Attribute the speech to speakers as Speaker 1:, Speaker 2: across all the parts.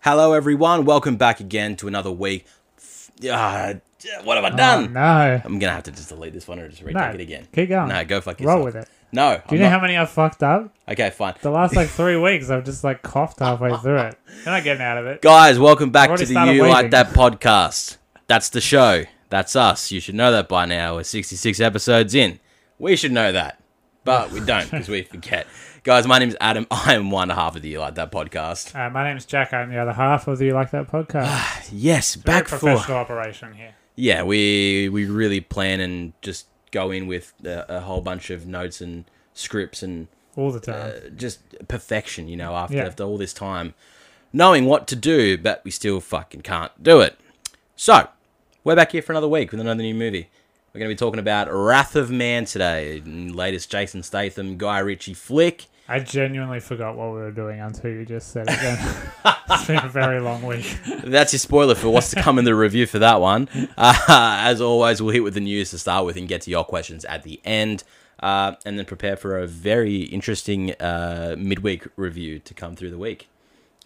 Speaker 1: Hello, everyone. Welcome back again to another week. Ah, what have I done?
Speaker 2: Oh, no.
Speaker 1: I'm gonna have to just delete this one or just retake
Speaker 2: No,
Speaker 1: it again.
Speaker 2: keep going.
Speaker 1: No, go fuck yourself.
Speaker 2: Roll with it.
Speaker 1: No.
Speaker 2: Do you know how many I've fucked up?
Speaker 1: how? Okay, fine.
Speaker 2: The last like three weeks, I've just like coughed halfway through it. You're not getting out of it.
Speaker 1: Guys, welcome back
Speaker 2: already
Speaker 1: to the
Speaker 2: started
Speaker 1: You Like
Speaker 2: waving.
Speaker 1: That podcast. That's the show. That's us. You should know that by now. We're 66 episodes in. We should know that, but we don't because we forget. Guys, my name is Adam. I am one half of the You Like That podcast.
Speaker 2: Uh, my name's Jack. I'm the other half of the You Like That podcast.
Speaker 1: Yes,
Speaker 2: Very
Speaker 1: back for
Speaker 2: professional operation here.
Speaker 1: yeah. We we really plan and just go in with a, a whole bunch of notes and scripts and uh,
Speaker 2: All the time.
Speaker 1: just perfection, you know, after,
Speaker 2: Yeah.
Speaker 1: after all this time, knowing what to do, but we still fucking can't do it. So, we're back here for another week with another new movie. We're going to be talking about Wrath of Man today, latest Jason Statham, Guy Ritchie flick.
Speaker 2: I genuinely forgot what we were doing until you just said it then. it's been a very long week.
Speaker 1: That's your spoiler for what's to come in the review for that one. Uh, as always, we'll hit with the news to start with and get to your questions at the end. Uh, and then prepare for a very interesting uh, midweek review to come through the week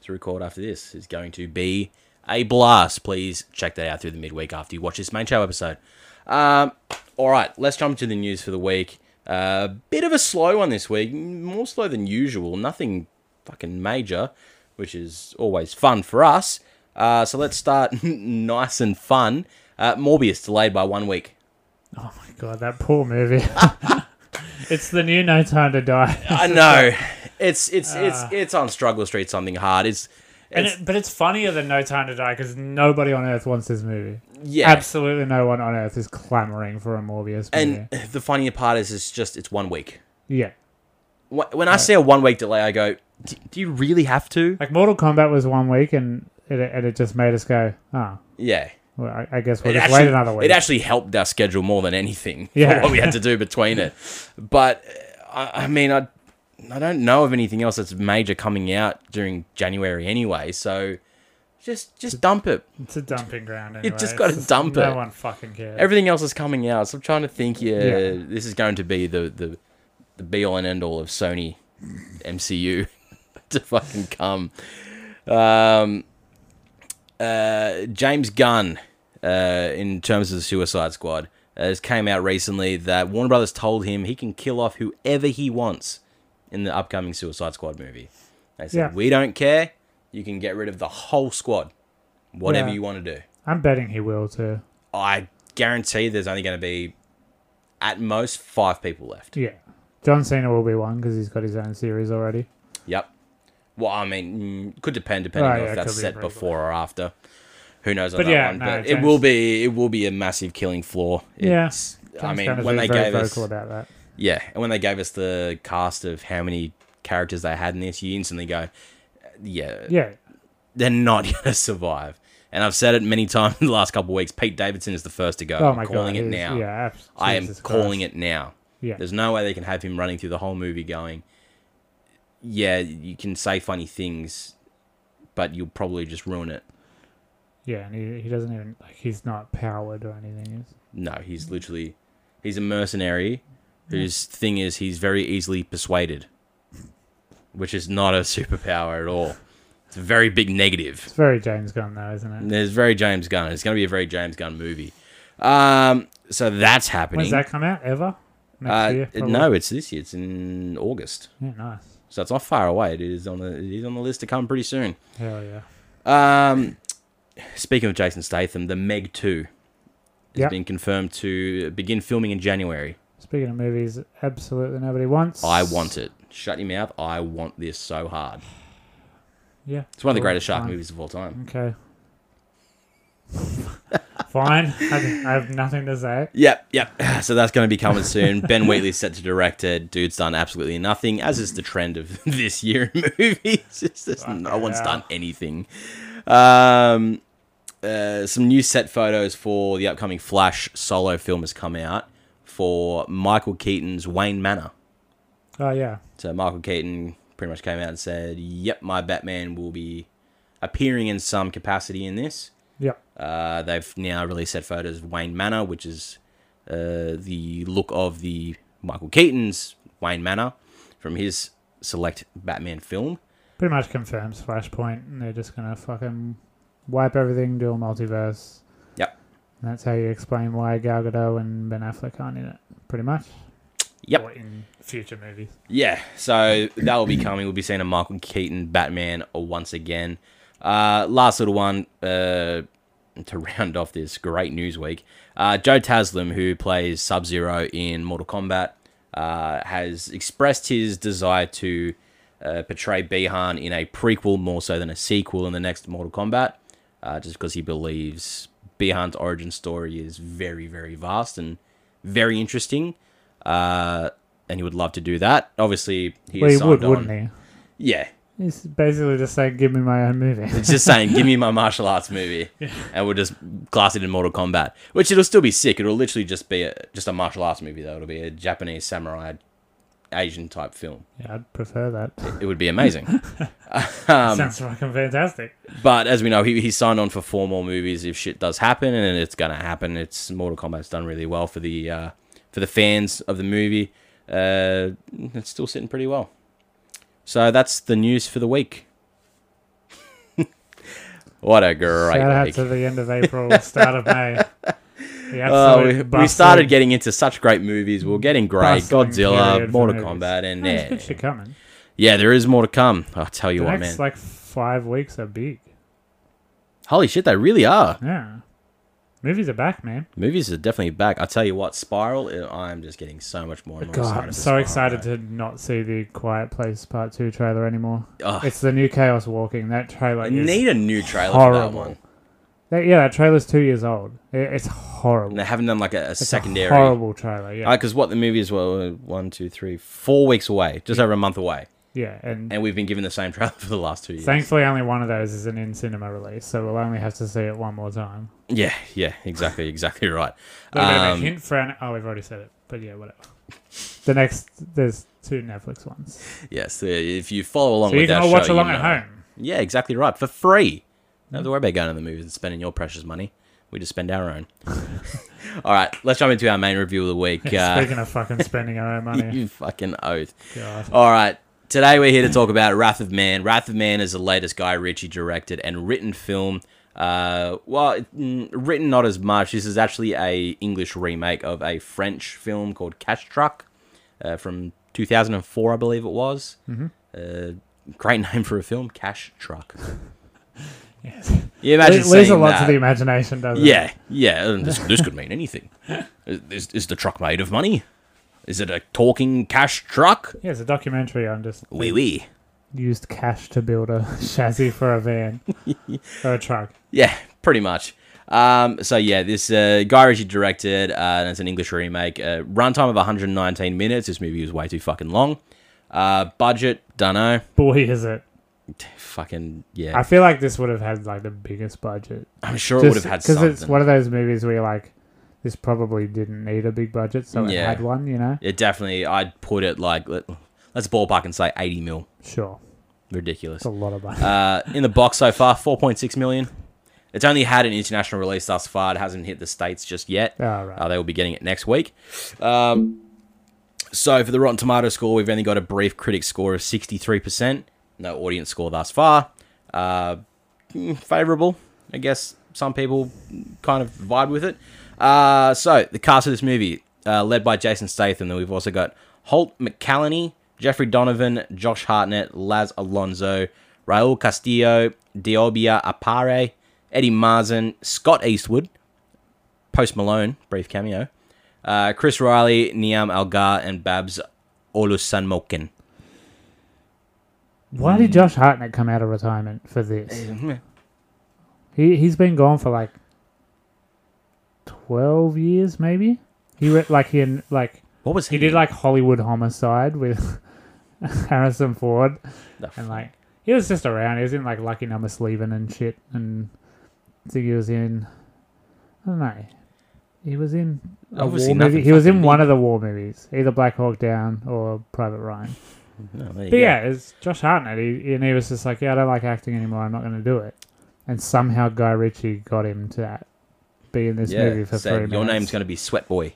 Speaker 1: to record after this. is going to be a blast. Please check that out through the midweek after you watch this main show episode. Um, all right, let's jump into the news for the week. A uh, bit of a slow one this week, more slow than usual. Nothing fucking major, which is always fun for us. Uh, so let's start nice and fun. Uh, Morbius delayed by one week.
Speaker 2: Oh my god, that poor movie. it's the new No Time to Die.
Speaker 1: I know it's it's it's it's on Struggle Street something hard. It's,
Speaker 2: And
Speaker 1: it's
Speaker 2: it, but it's funnier than No Time to Die because nobody on earth wants this movie.
Speaker 1: yeah,
Speaker 2: Absolutely no one on earth is clamoring for a Morbius movie.
Speaker 1: and the funnier part is it's just it's one week.
Speaker 2: yeah.
Speaker 1: Wh- when I see a one week delay, I go, "D- "Do you really have to?"
Speaker 2: Like Mortal Kombat was one week, and it, and it just made us go, oh,
Speaker 1: Yeah,
Speaker 2: well, I, I guess we'll
Speaker 1: it
Speaker 2: just
Speaker 1: actually,
Speaker 2: wait another week.
Speaker 1: it actually helped our schedule more than anything. for
Speaker 2: Yeah.
Speaker 1: what we had to do between it. But uh, I, I mean, I I don't know of anything else that's major coming out during January anyway. So just just dump it.
Speaker 2: it's a dumping ground. Anyway.
Speaker 1: You've just
Speaker 2: It's
Speaker 1: gotta dump
Speaker 2: no
Speaker 1: it.
Speaker 2: No one fucking cares.
Speaker 1: Everything else is coming out, so I'm trying to think. Yeah,
Speaker 2: Yeah.
Speaker 1: this is going to be the the, the be all and end all of Sony MCU to fucking come. Um, uh, James Gunn, uh, in terms of the Suicide Squad, uh, has came out recently that Warner Brothers told him he can kill off whoever he wants in the upcoming Suicide Squad movie. They said
Speaker 2: Yeah.
Speaker 1: we don't care. You can get rid of the whole squad, whatever
Speaker 2: Yeah.
Speaker 1: you want to do.
Speaker 2: I'm betting he will too.
Speaker 1: I guarantee there's only going to be at most five people left.
Speaker 2: Yeah. John Cena will be one because he's got his own series already.
Speaker 1: Yep. Well, I mean, mm, could depend depending
Speaker 2: Oh,
Speaker 1: on
Speaker 2: yeah,
Speaker 1: if
Speaker 2: it
Speaker 1: that's
Speaker 2: could be
Speaker 1: set
Speaker 2: pretty
Speaker 1: before or after. Who knows on
Speaker 2: But
Speaker 1: that
Speaker 2: yeah,
Speaker 1: one?
Speaker 2: no,
Speaker 1: but it
Speaker 2: James-
Speaker 1: will be it will be a massive killing floor.
Speaker 2: Yeah.
Speaker 1: It's, I
Speaker 2: James
Speaker 1: mean,
Speaker 2: Gunn has
Speaker 1: when they
Speaker 2: been very
Speaker 1: gave us
Speaker 2: vocal about that.
Speaker 1: yeah, and when they gave us the cast of how many characters they had in this, you instantly go, yeah,
Speaker 2: Yeah.
Speaker 1: they're not going to survive. And I've said it many times in the last couple of weeks. Pete Davidson is the first to go.
Speaker 2: Oh
Speaker 1: I'm
Speaker 2: my
Speaker 1: calling
Speaker 2: god.
Speaker 1: it
Speaker 2: he's-
Speaker 1: now.
Speaker 2: Yeah. abs-
Speaker 1: I am
Speaker 2: Jesus
Speaker 1: calling
Speaker 2: Christ.
Speaker 1: it now.
Speaker 2: Yeah.
Speaker 1: There's no way they can have him running through the whole movie going, yeah, you can say funny things, but you'll probably just ruin it.
Speaker 2: Yeah, and he, he doesn't even like he's not powered or anything. He's,
Speaker 1: No, he's literally, he's a mercenary whose thing is he's very easily persuaded, which is not a superpower at all. It's a very big negative.
Speaker 2: it's very James Gunn though, isn't it?
Speaker 1: There's very James Gunn. It's going to be a very James Gunn movie. Um, so that's
Speaker 2: When does
Speaker 1: happening.
Speaker 2: that come out? Ever? Next
Speaker 1: uh,
Speaker 2: year? probably?
Speaker 1: no, it's this year. It's in August.
Speaker 2: Yeah, nice.
Speaker 1: So it's not far away. It is on the it is on the list to come pretty soon.
Speaker 2: Hell yeah.
Speaker 1: Um, speaking of Jason Statham, the Meg Two has
Speaker 2: Yep.
Speaker 1: been confirmed to begin filming in January.
Speaker 2: Speaking of movies, absolutely nobody wants.
Speaker 1: I want it. Shut your mouth. I want this so hard.
Speaker 2: Yeah,
Speaker 1: It's one of the
Speaker 2: cool,
Speaker 1: greatest shark
Speaker 2: fine.
Speaker 1: movies of all time.
Speaker 2: Okay. fine. I, I have nothing to say.
Speaker 1: Yep, yep. So that's going to be coming soon. ben Wheatley's set to direct it. Dude's done absolutely nothing, as is the trend of this year in movies. It's just no
Speaker 2: Fucking
Speaker 1: one's
Speaker 2: hell.
Speaker 1: done anything. Um, uh, some new set photos for the upcoming Flash solo film has come out for Michael Keaton's Wayne Manor.
Speaker 2: Oh yeah,
Speaker 1: So Michael Keaton pretty much came out and said, "Yep, my Batman will be appearing in some capacity in this."
Speaker 2: yeah.
Speaker 1: Uh, they've now released set photos of Wayne Manor, which is uh, the look of the Michael Keaton's Wayne Manor from his select Batman film.
Speaker 2: pretty much confirms Flashpoint, and they're just gonna fucking wipe everything, do a multiverse.
Speaker 1: Yep.
Speaker 2: And that's how you explain why Gal Gadot and Ben Affleck aren't in it, pretty much.
Speaker 1: Yep.
Speaker 2: Or in future movies.
Speaker 1: Yeah, so that will be coming. We'll be seeing a Michael Keaton Batman once again. Uh, last little one uh, to round off this great news week. Uh, Joe Taslim, who plays Sub Zero in Mortal Kombat, uh, has expressed his desire to uh, portray Bihan in a prequel more so than a sequel in the next Mortal Kombat, uh, just because he believes Bihan's origin story is very, very vast and very interesting. Uh, and he would love to do that. Obviously, he
Speaker 2: well,
Speaker 1: is
Speaker 2: he
Speaker 1: signed
Speaker 2: would,
Speaker 1: on.
Speaker 2: wouldn't he?
Speaker 1: Yeah,
Speaker 2: He's basically just like, give me my own movie.
Speaker 1: it's just saying, give me my martial arts movie, and we'll just class it in Mortal Kombat, which it'll still be sick. It'll literally just be a, just a martial arts movie though. It'll be a Japanese samurai, Asian type film.
Speaker 2: yeah, I'd prefer that.
Speaker 1: It would be amazing. um,
Speaker 2: Sounds fucking fantastic.
Speaker 1: but as we know, he, he signed on for four more movies if shit does happen, and it's gonna happen. It's Mortal Kombat's done really well for the uh, for the fans of the movie. Uh, it's still sitting pretty well. So that's the news for the week. what a great
Speaker 2: Shout out
Speaker 1: week!
Speaker 2: to the end of April, start of May. The
Speaker 1: Oh, we, we
Speaker 2: absolute
Speaker 1: started
Speaker 2: bustling-
Speaker 1: getting into such great movies. We are getting great
Speaker 2: bustling
Speaker 1: Godzilla,
Speaker 2: period for
Speaker 1: Mortal
Speaker 2: movies.
Speaker 1: Kombat, and
Speaker 2: Oh, there's good
Speaker 1: yeah,
Speaker 2: shit coming.
Speaker 1: yeah, there is more to come. I'll tell you
Speaker 2: The
Speaker 1: what,
Speaker 2: next
Speaker 1: man.
Speaker 2: like five weeks are big.
Speaker 1: Holy shit, they really are.
Speaker 2: Yeah, movies are back, man.
Speaker 1: Movies are definitely back. I tell you what, Spiral. uh, I'm just getting so much more. And more
Speaker 2: God, I'm so excited to not see the Quiet Place Part Two trailer anymore.
Speaker 1: Ugh.
Speaker 2: It's the new Chaos Walking. That trailer
Speaker 1: I
Speaker 2: is
Speaker 1: need a new trailer for that
Speaker 2: horrible.
Speaker 1: one.
Speaker 2: that- yeah, that trailer's two years old. I- it's horrible.
Speaker 1: And they haven't done like a, a
Speaker 2: It's a
Speaker 1: secondary.
Speaker 2: horrible trailer. Yeah,
Speaker 1: Because what the movies were uh, one, two, three, four weeks away, just over a month away,
Speaker 2: yeah, and,
Speaker 1: and we've been given the same trailer for the last two years.
Speaker 2: thankfully only one of those is an in cinema release, so we'll only have to see it one more time.
Speaker 1: Yeah, yeah, exactly, exactly right.
Speaker 2: Little bit of
Speaker 1: Um,
Speaker 2: a hint for an, oh, we've already said it, but yeah, whatever. The next, there's two Netflix ones,
Speaker 1: yes, uh, if you follow along
Speaker 2: so
Speaker 1: with
Speaker 2: you can
Speaker 1: that
Speaker 2: all
Speaker 1: show,
Speaker 2: watch along
Speaker 1: you
Speaker 2: at
Speaker 1: know.
Speaker 2: home. Hmm.
Speaker 1: Yeah, exactly right. For free. Don't have to worry about going to the movies and spending your precious money. We just spend our own. All right, let's jump into our main review of the week. Uh,
Speaker 2: Speaking of fucking spending our own money,
Speaker 1: you fucking oath.
Speaker 2: God.
Speaker 1: All right. Today we're here to talk about Wrath of Man. Wrath of Man is the latest Guy Ritchie directed and written film. Uh, well, mm, written not as much. This is actually a English remake of a French film called Cash Truck uh, from 2004, I believe it was. Mm-hmm. Uh, great name for a film, Cash Truck.
Speaker 2: Yes.
Speaker 1: You imagine
Speaker 2: It leaves a
Speaker 1: seeing
Speaker 2: lot
Speaker 1: that.
Speaker 2: to the imagination, doesn't it?
Speaker 1: Yeah, yeah. and This, this could mean anything. Is, is the truck made of money? Is it a talking cash truck?
Speaker 2: Yeah, it's a documentary on just
Speaker 1: Wee wee.
Speaker 2: used cash to build a chassis for a van or a truck.
Speaker 1: Yeah, pretty much. Um, so yeah, this uh, Guy Ritchie directed, uh, and it's an English remake. Uh, runtime of 119 minutes. This movie was way too fucking long. Uh, budget, dunno.
Speaker 2: Boy, is it!
Speaker 1: Fucking yeah.
Speaker 2: I feel like this would have had like the biggest budget.
Speaker 1: I'm sure it would have
Speaker 2: Just
Speaker 1: had
Speaker 2: it's
Speaker 1: something.
Speaker 2: one of those movies where you're like, this probably didn't need a big budget, so it
Speaker 1: Yeah.
Speaker 2: had one. You know,
Speaker 1: It definitely. I'd put it like let, let's ballpark and say 80 mil.
Speaker 2: sure,
Speaker 1: Ridiculous.
Speaker 2: it's a lot of money.
Speaker 1: Uh, in the box so far, 4.6 million. It's only had an international release thus far. It hasn't hit the states just yet.
Speaker 2: All right.
Speaker 1: Uh, they will be getting it next week. Um, so for the Rotten Tomato score, we've only got a brief critic score of 63%. No audience score thus far. Uh, mm, favorable, I guess. Some people kind of vibe with it. Uh, so the cast of this movie, uh, led by Jason Statham, then we've also got Holt McCallany, Jeffrey Donovan, Josh Hartnett, Laz Alonso, Raul Castillo, Diobia Apare, Eddie Marzen, Scott Eastwood, Post Malone, brief cameo. Uh, Chris Riley, Niam Algar, and Babs Olusanmokin.
Speaker 2: Why
Speaker 1: mm.
Speaker 2: did Josh Hartnett come out of retirement for this? He he's been gone for like twelve years, maybe. He re- like he in- like
Speaker 1: What was he?
Speaker 2: he did like Hollywood Homicide with Harrison Ford,
Speaker 1: The f-
Speaker 2: and like he was just around. He was in like Lucky Number Sleeving and shit, and I think he was in I don't know. He was in a
Speaker 1: Obviously
Speaker 2: war movie.
Speaker 1: nothing
Speaker 2: He was
Speaker 1: fucking
Speaker 2: in one of the war movies, either Black Hawk Down or Private Ryan.
Speaker 1: no, Oh, there you go.
Speaker 2: But yeah, it's Josh Hartnett, he, and he was just like, "Yeah, I don't like acting anymore. I'm not going to do it." And somehow Guy Ritchie got him to that, be in this
Speaker 1: Yeah,
Speaker 2: movie for
Speaker 1: said,
Speaker 2: three minutes.
Speaker 1: your name's going to be Sweat Boy.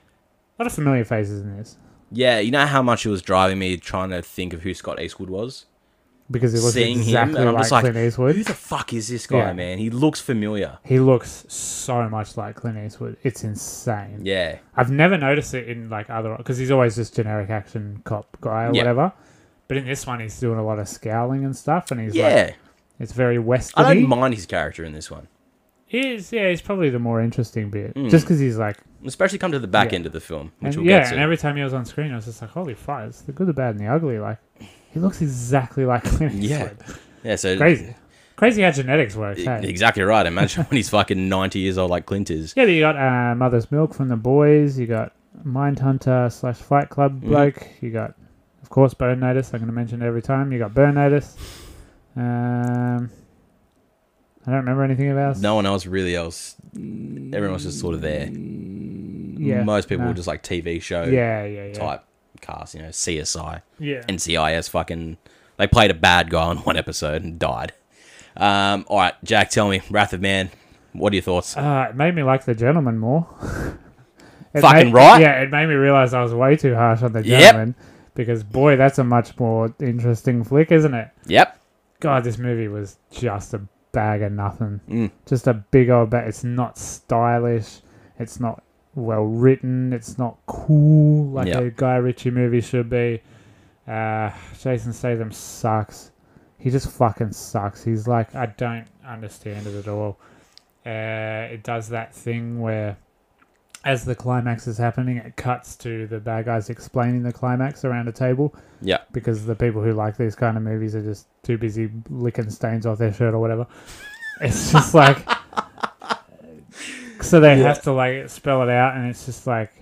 Speaker 2: a lot of familiar faces in this.
Speaker 1: Yeah, you know how much it was driving me trying to think of who Scott Eastwood was?
Speaker 2: because he looks
Speaker 1: seeing
Speaker 2: exactly
Speaker 1: him, and I'm
Speaker 2: like
Speaker 1: just like,
Speaker 2: Clint Eastwood.
Speaker 1: who the fuck is this guy,
Speaker 2: Yeah.
Speaker 1: man? He looks familiar.
Speaker 2: he looks so much like Clint Eastwood. It's insane.
Speaker 1: Yeah,
Speaker 2: I've never noticed it in like other because he's always just generic action cop guy or
Speaker 1: Yeah.
Speaker 2: whatever. But in this one, he's doing a lot of scowling and stuff, and he's like,
Speaker 1: yeah.
Speaker 2: it's very
Speaker 1: I
Speaker 2: westerny.
Speaker 1: don't mind his character in this one,
Speaker 2: He is, yeah, he's probably the more interesting bit, just because he's like,
Speaker 1: especially come to the back
Speaker 2: Yeah.
Speaker 1: end of the film,
Speaker 2: and,
Speaker 1: Hmm. which we'll
Speaker 2: yeah.
Speaker 1: get to.
Speaker 2: And every time he was on screen, I was just like, holy fuck, it's the good, the bad, and the ugly. Like, he looks exactly like Clint
Speaker 1: Yeah.
Speaker 2: Eastwood.
Speaker 1: yeah, so
Speaker 2: crazy, crazy how genetics work.
Speaker 1: e-
Speaker 2: Hey?
Speaker 1: exactly right. Imagine when he's fucking 90 years old, like Clint is.
Speaker 2: Yeah, you got uh, Mother's Milk from the boys. You got Mindhunter slash Fight Club
Speaker 1: Mm-hmm.
Speaker 2: bloke. You got, of course, Burn Notice. I'm going to mention it every time. You got Burn Notice. Um, I don't remember anything else.
Speaker 1: No one else really else. Everyone else is sort of there.
Speaker 2: Yeah,
Speaker 1: Most people
Speaker 2: no.
Speaker 1: were just like TV show
Speaker 2: Yeah, yeah, yeah.
Speaker 1: type casts, you know, CSI,
Speaker 2: Yeah.
Speaker 1: NCIS. Fucking, they played a bad guy on one episode and died. Um, all right, Jack, tell me, Wrath of Man, what are your thoughts?
Speaker 2: Uh, it made me like the gentleman more. It
Speaker 1: Fucking
Speaker 2: made-
Speaker 1: right.
Speaker 2: Yeah, it made me realize I was way too harsh on the
Speaker 1: Yep.
Speaker 2: gentleman because boy, that's a much more interesting flick, isn't it?
Speaker 1: Yep.
Speaker 2: God, this movie was just a bag of nothing.
Speaker 1: Mm.
Speaker 2: Just a big old bag. It's not stylish. It's not well written. It's not cool like
Speaker 1: Yep.
Speaker 2: a Guy Ritchie movie should be. Uh, Jason Statham sucks. He just fucking sucks. He's like, I don't understand it at all. Uh, it does that thing where, as the climax is happening, it cuts to the bad guys explaining the climax around a table
Speaker 1: Yeah.
Speaker 2: because the people who like these kind of movies are just too busy licking stains off their shirt or whatever. It's just like so they have to like spell it out, and it's just like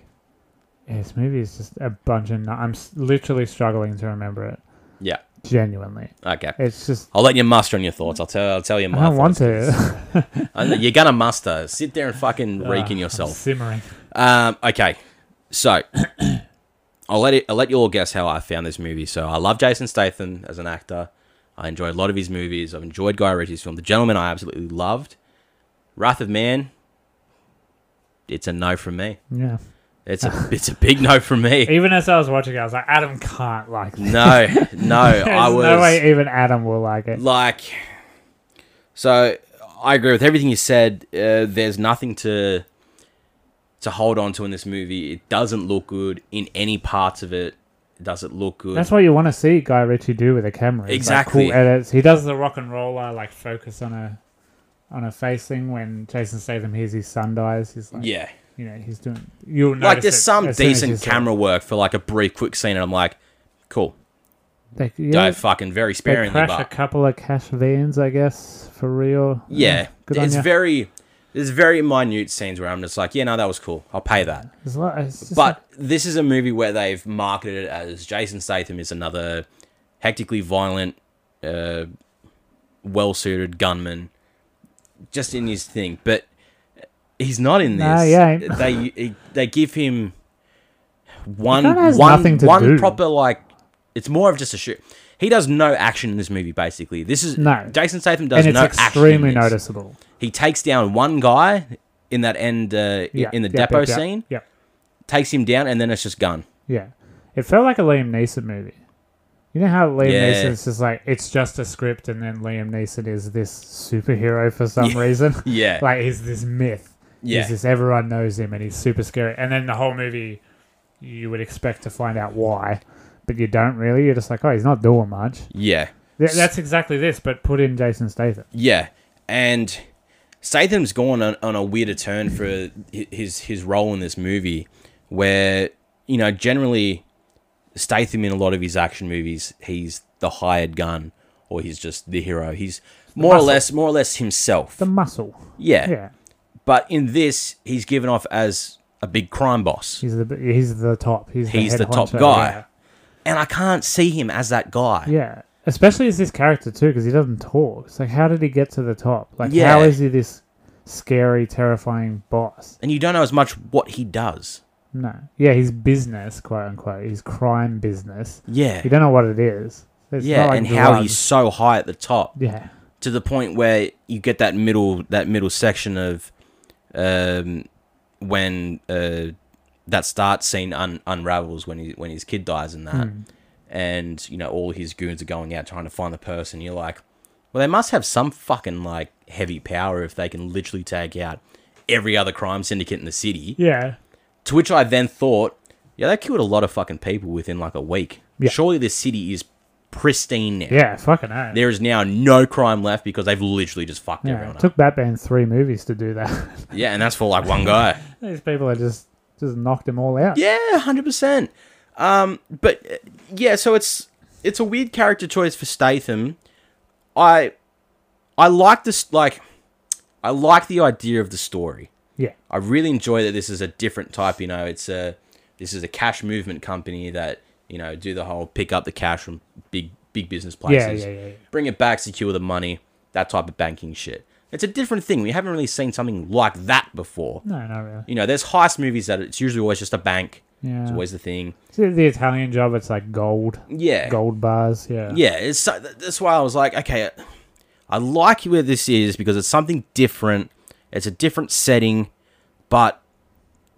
Speaker 2: yeah, this movie is just a bunch of. nu- I'm s- literally struggling to remember it.
Speaker 1: Yeah.
Speaker 2: Genuinely,
Speaker 1: Okay.
Speaker 2: it's just
Speaker 1: I'll let you muster on your thoughts. I'll tell. I'll tell you my.
Speaker 2: I don't want
Speaker 1: thoughts.
Speaker 2: to
Speaker 1: I know, you're gonna muster. Sit there and fucking reek in
Speaker 2: Ah, I'm
Speaker 1: yourself.
Speaker 2: simmering.
Speaker 1: Um, okay, so I'll let it. I'll let you all guess how I found this movie. So I love Jason Statham as an actor. I enjoy a lot of his movies. I've enjoyed Guy Ritchie's film. The Gentleman I absolutely loved. Wrath of Man. It's a no from me.
Speaker 2: Yeah.
Speaker 1: It's a it's a big no from me.
Speaker 2: Even as I was watching, it, I was like, Adam can't like this.
Speaker 1: No, no.
Speaker 2: There's
Speaker 1: I was
Speaker 2: no way even Adam will like it.
Speaker 1: like so i agree with everything you said uh, there's nothing to to hold on to in this movie it doesn't look good in any parts of it does it look good
Speaker 2: That's what you want to see Guy Ritchie do with a camera. It's like
Speaker 1: Exactly.
Speaker 2: cool edits. He does the rock and roller like focus on a on a face thing when Jason Statham hears his son dies. He's like,
Speaker 1: yeah
Speaker 2: you know, he's doing. You'll notice
Speaker 1: like there's
Speaker 2: it
Speaker 1: some
Speaker 2: as soon as you
Speaker 1: decent
Speaker 2: see it.
Speaker 1: camera work for like a brief quick scene and i'm like cool
Speaker 2: They,
Speaker 1: yeah,
Speaker 2: yeah,
Speaker 1: fucking very
Speaker 2: they
Speaker 1: sparingly
Speaker 2: crash
Speaker 1: but
Speaker 2: a couple of cash vans, I guess, for real.
Speaker 1: yeah
Speaker 2: good on
Speaker 1: it's
Speaker 2: ya.
Speaker 1: very there's very minute scenes where i'm just like yeah no that was cool i'll pay that
Speaker 2: It's like- it's just like-
Speaker 1: But this is a movie where they've marketed it as Jason Statham is another hectically violent, uh, well suited gunman, just in his thing. But he's not in this.
Speaker 2: Nah, he ain't.
Speaker 1: They they give him one
Speaker 2: kinda has
Speaker 1: one
Speaker 2: nothing to
Speaker 1: one
Speaker 2: do.
Speaker 1: proper like. It's more of just a shoot. He does no action in this movie. Basically, this is
Speaker 2: No.
Speaker 1: Jason Statham does
Speaker 2: and it's
Speaker 1: no action. in
Speaker 2: extremely
Speaker 1: this.
Speaker 2: noticeable.
Speaker 1: He takes down one guy in that end uh,
Speaker 2: Yeah,
Speaker 1: in the
Speaker 2: yep,
Speaker 1: depot
Speaker 2: yep, yep,
Speaker 1: scene
Speaker 2: Yep.
Speaker 1: takes him down, and then it's just gun.
Speaker 2: Yeah. It felt like a Liam Neeson movie. You know how Liam
Speaker 1: Yeah.
Speaker 2: Neeson's just like it's just a script and then Liam Neeson is this superhero for some
Speaker 1: Yeah.
Speaker 2: reason.
Speaker 1: Yeah.
Speaker 2: like he's this myth.
Speaker 1: Yeah.
Speaker 2: He's this everyone knows him and he's super scary. And then the whole movie you would expect to find out why. But you don't really. You're just like, oh, he's not doing much.
Speaker 1: yeah.
Speaker 2: Th- That's exactly this, but put in Jason Statham.
Speaker 1: Yeah. And Statham's gone on, on a weirder turn for hi- his his role in this movie where, you know, generally Statham in a lot of his action movies, he's the hired gun or he's just the hero. He's more or
Speaker 2: muscle.
Speaker 1: less more or less himself.
Speaker 2: The muscle.
Speaker 1: yeah.
Speaker 2: Yeah,
Speaker 1: But in this, he's given off as a big crime boss.
Speaker 2: he's the he's the top. He's the,
Speaker 1: He's
Speaker 2: head
Speaker 1: the top
Speaker 2: honcho,
Speaker 1: guy.
Speaker 2: yeah.
Speaker 1: And I can't see him as that guy.
Speaker 2: Yeah, especially as this character too, because he doesn't talk. It's like, how did he get to the top? Like,
Speaker 1: Yeah.
Speaker 2: how is he this scary, terrifying boss?
Speaker 1: And you don't know as much what he does.
Speaker 2: No, yeah, he's business, quote unquote. He's crime business.
Speaker 1: Yeah.
Speaker 2: You don't know what it is. It's
Speaker 1: Yeah,
Speaker 2: not like
Speaker 1: and how
Speaker 2: drugs.
Speaker 1: he's so high at the top.
Speaker 2: yeah,
Speaker 1: to the point where you get that middle that middle section of um,
Speaker 2: Hmm.
Speaker 1: when uh, that start scene un- unravels when he when his kid dies and that, and you know all his goons are going out trying to find the person. You're like, well, they must have some fucking like heavy power if they can literally take out every other crime syndicate in the city.
Speaker 2: Yeah.
Speaker 1: To which I then thought, yeah, they killed a lot of fucking people within like a week.
Speaker 2: Yeah.
Speaker 1: Surely this city is pristine now.
Speaker 2: Yeah, fucking hell.
Speaker 1: There is now no crime left because they've literally just fucked
Speaker 2: Yeah,
Speaker 1: everyone
Speaker 2: it
Speaker 1: up.
Speaker 2: took Batman three movies to do that.
Speaker 1: yeah, and that's for like one guy.
Speaker 2: These people are just just knocked them all out.
Speaker 1: Yeah, hundred percent. Um, but uh, yeah, so it's it's a weird character choice for Statham. I I like this like I like the idea of the story.
Speaker 2: Yeah.
Speaker 1: I really enjoy that this is a different type. You know, it's a this is a cash movement company that you know do the whole pick up the cash from big big business places,
Speaker 2: Yeah, yeah, yeah, yeah.
Speaker 1: bring it back, secure the money, that type of banking shit. It's a different thing. We haven't really seen something like that before.
Speaker 2: No, not really.
Speaker 1: You know, there's heist movies that it's usually always just a bank.
Speaker 2: Yeah.
Speaker 1: It's always the thing.
Speaker 2: See, the Italian job, it's like gold,
Speaker 1: Yeah.
Speaker 2: gold bars. Yeah.
Speaker 1: Yeah. It's so, th- that's why I was like, okay, I like where this is because it's something different. It's a different setting, but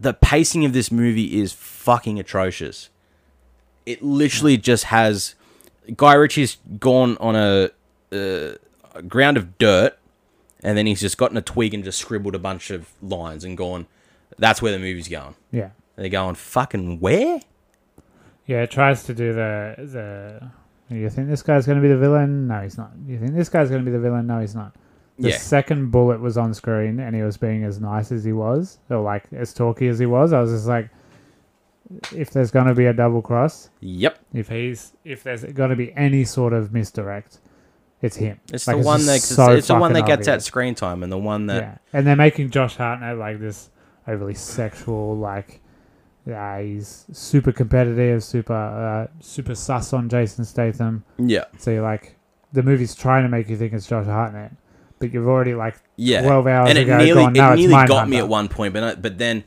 Speaker 1: the pacing of this movie is fucking atrocious. It literally just has Guy Ritchie's gone on a, uh, a ground of dirt, and then he's just gotten a twig and just scribbled a bunch of lines and gone. That's where the movie's going.
Speaker 2: Yeah.
Speaker 1: And they're going fucking where?
Speaker 2: Yeah, it tries to do the the. You think this guy's going to be the villain? No, he's not. You think this guy's going to be the villain? No, he's not. The
Speaker 1: Yeah.
Speaker 2: second bullet was on screen, and he was being as nice as he was, or like as talky as he was. I was just like, if there's going to be a double cross,
Speaker 1: Yep.
Speaker 2: if he's if there's going to be any sort of misdirect, it's him.
Speaker 1: It's
Speaker 2: Like,
Speaker 1: the one
Speaker 2: just
Speaker 1: that
Speaker 2: so
Speaker 1: it's the one that
Speaker 2: fucking
Speaker 1: gets that
Speaker 2: obvious.
Speaker 1: screen time and the one that
Speaker 2: Yeah, and they're making Josh Hartnett like this overly sexual, like yeah, he's super competitive, super uh, super sus on Jason Statham.
Speaker 1: yeah
Speaker 2: So you're like, the movie's trying to make you think it's Josh Hartnett, but you've already like
Speaker 1: yeah,
Speaker 2: twelve hours
Speaker 1: and it
Speaker 2: ago
Speaker 1: nearly
Speaker 2: gone.
Speaker 1: it
Speaker 2: No, it's
Speaker 1: nearly got me
Speaker 2: Mindhunter."
Speaker 1: at one point, but I, but then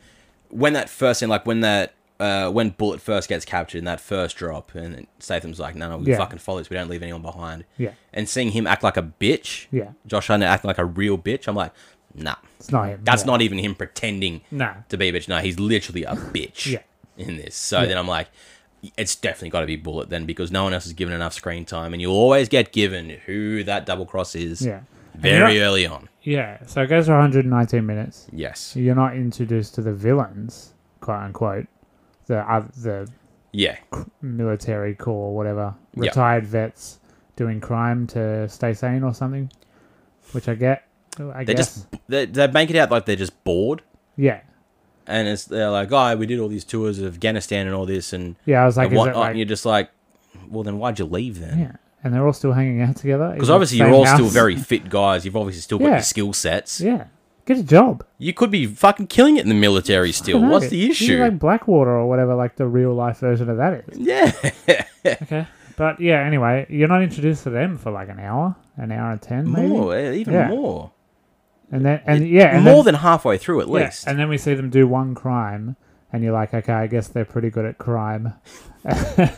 Speaker 1: when that first scene, like when that uh, when Bullet first gets captured in that first drop, and Statham's like, no, no, we
Speaker 2: Yeah.
Speaker 1: fucking follow this, we don't leave anyone behind,
Speaker 2: Yeah,
Speaker 1: and seeing him act like a bitch,
Speaker 2: yeah,
Speaker 1: Josh Hunter acting like a real bitch, I'm like, nah,
Speaker 2: it's not him.
Speaker 1: that's
Speaker 2: yeah.
Speaker 1: not even him pretending
Speaker 2: Nah.
Speaker 1: to be a bitch. No, he's literally a bitch
Speaker 2: Yeah.
Speaker 1: in this. So then I'm like, it's definitely got to be Bullet then because no one else is given enough screen time, and you'll always get given who that double cross is
Speaker 2: Yeah,
Speaker 1: very
Speaker 2: Yeah.
Speaker 1: early on.
Speaker 2: yeah. So it goes for 119 minutes.
Speaker 1: Yes.
Speaker 2: You're not introduced to the villains, quote unquote, the oth- the
Speaker 1: Yeah.
Speaker 2: military corps, whatever,
Speaker 1: Yeah.
Speaker 2: retired vets doing crime to stay sane or something, which I get. I
Speaker 1: They
Speaker 2: guess.
Speaker 1: just they, they make it out like they're just bored,
Speaker 2: yeah,
Speaker 1: and it's they're like, "Oh, we did all these tours of Afghanistan and all this, and,
Speaker 2: yeah. I was like,
Speaker 1: and
Speaker 2: is
Speaker 1: whatnot."
Speaker 2: it like,
Speaker 1: and you're just like, "Well, then why'd you leave then?"
Speaker 2: yeah? And they're all still hanging out together
Speaker 1: Because obviously you're all still very fit guys. You've obviously still got
Speaker 2: Yeah.
Speaker 1: your skill sets.
Speaker 2: yeah. Get a job.
Speaker 1: You could be fucking killing it in the military still.
Speaker 2: Fucking
Speaker 1: What's
Speaker 2: hell.
Speaker 1: the
Speaker 2: This is
Speaker 1: issue?
Speaker 2: like Blackwater or whatever, like the real life version of that is.
Speaker 1: yeah,
Speaker 2: Okay. But yeah, anyway, you're not introduced to them for like an hour, an hour and ten, maybe,
Speaker 1: more, eh, even
Speaker 2: Yeah.
Speaker 1: more,
Speaker 2: and then and yeah, and
Speaker 1: more than
Speaker 2: then,
Speaker 1: halfway through at
Speaker 2: Yeah,
Speaker 1: least.
Speaker 2: and then we see them do one crime, and you're like, okay, I guess they're pretty good at crime. and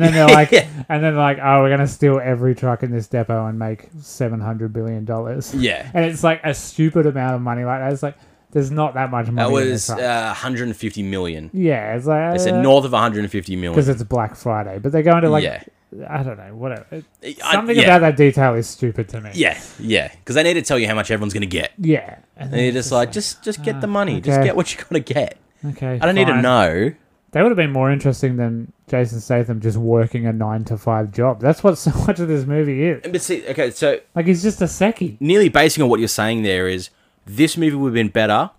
Speaker 2: then they're like,
Speaker 1: Yeah.
Speaker 2: and then they're like, oh, we're gonna steal every truck in this depot and make seven hundred billion dollars.
Speaker 1: yeah,
Speaker 2: And it's like a stupid amount of money like that. It's like there's not that much money.
Speaker 1: that
Speaker 2: in the
Speaker 1: was
Speaker 2: truck.
Speaker 1: uh, 150 million.
Speaker 2: yeah. It's like
Speaker 1: They said north of 150
Speaker 2: because
Speaker 1: million.
Speaker 2: it's Black Friday, but they go into Uh, like
Speaker 1: yeah,
Speaker 2: I don't know, whatever. It-
Speaker 1: I-
Speaker 2: Something
Speaker 1: yeah.
Speaker 2: about that detail is stupid to me.
Speaker 1: Yeah, yeah, because they need to tell you how much everyone's gonna get.
Speaker 2: yeah. And
Speaker 1: And
Speaker 2: then
Speaker 1: you're
Speaker 2: it's
Speaker 1: just like, just just get the money. Just
Speaker 2: okay.
Speaker 1: get what you gotta get.
Speaker 2: okay.
Speaker 1: I don't need to
Speaker 2: fine.
Speaker 1: know.
Speaker 2: That would have been more interesting than Jason Statham just working a nine to five job. That's what so much of this movie is.
Speaker 1: But see, okay, so
Speaker 2: Like he's just a secchi.
Speaker 1: nearly basing on what you're saying there is this movie would have been better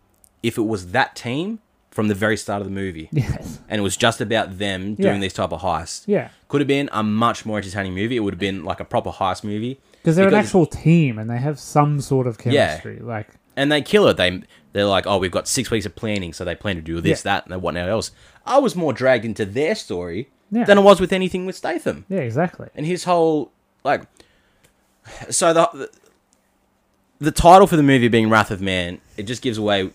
Speaker 1: if it was that team from the very start of the movie.
Speaker 2: Yes.
Speaker 1: And it was just about them doing
Speaker 2: Yeah.
Speaker 1: these type of heists.
Speaker 2: Yeah.
Speaker 1: Could have been a much more entertaining movie. It would have been like a proper heist movie.
Speaker 2: Because they're an
Speaker 1: Because-
Speaker 2: actual team and they have some sort of
Speaker 1: Yeah.
Speaker 2: chemistry. Like
Speaker 1: And they kill it. They they're like, oh, we've got six weeks of planning, so they plan to do this, that, and whatnot else. I was more dragged into their story
Speaker 2: Yeah.
Speaker 1: than I was with anything with Statham.
Speaker 2: Yeah, exactly.
Speaker 1: and his whole like so the, the title for the movie being Wrath of Man it just gives away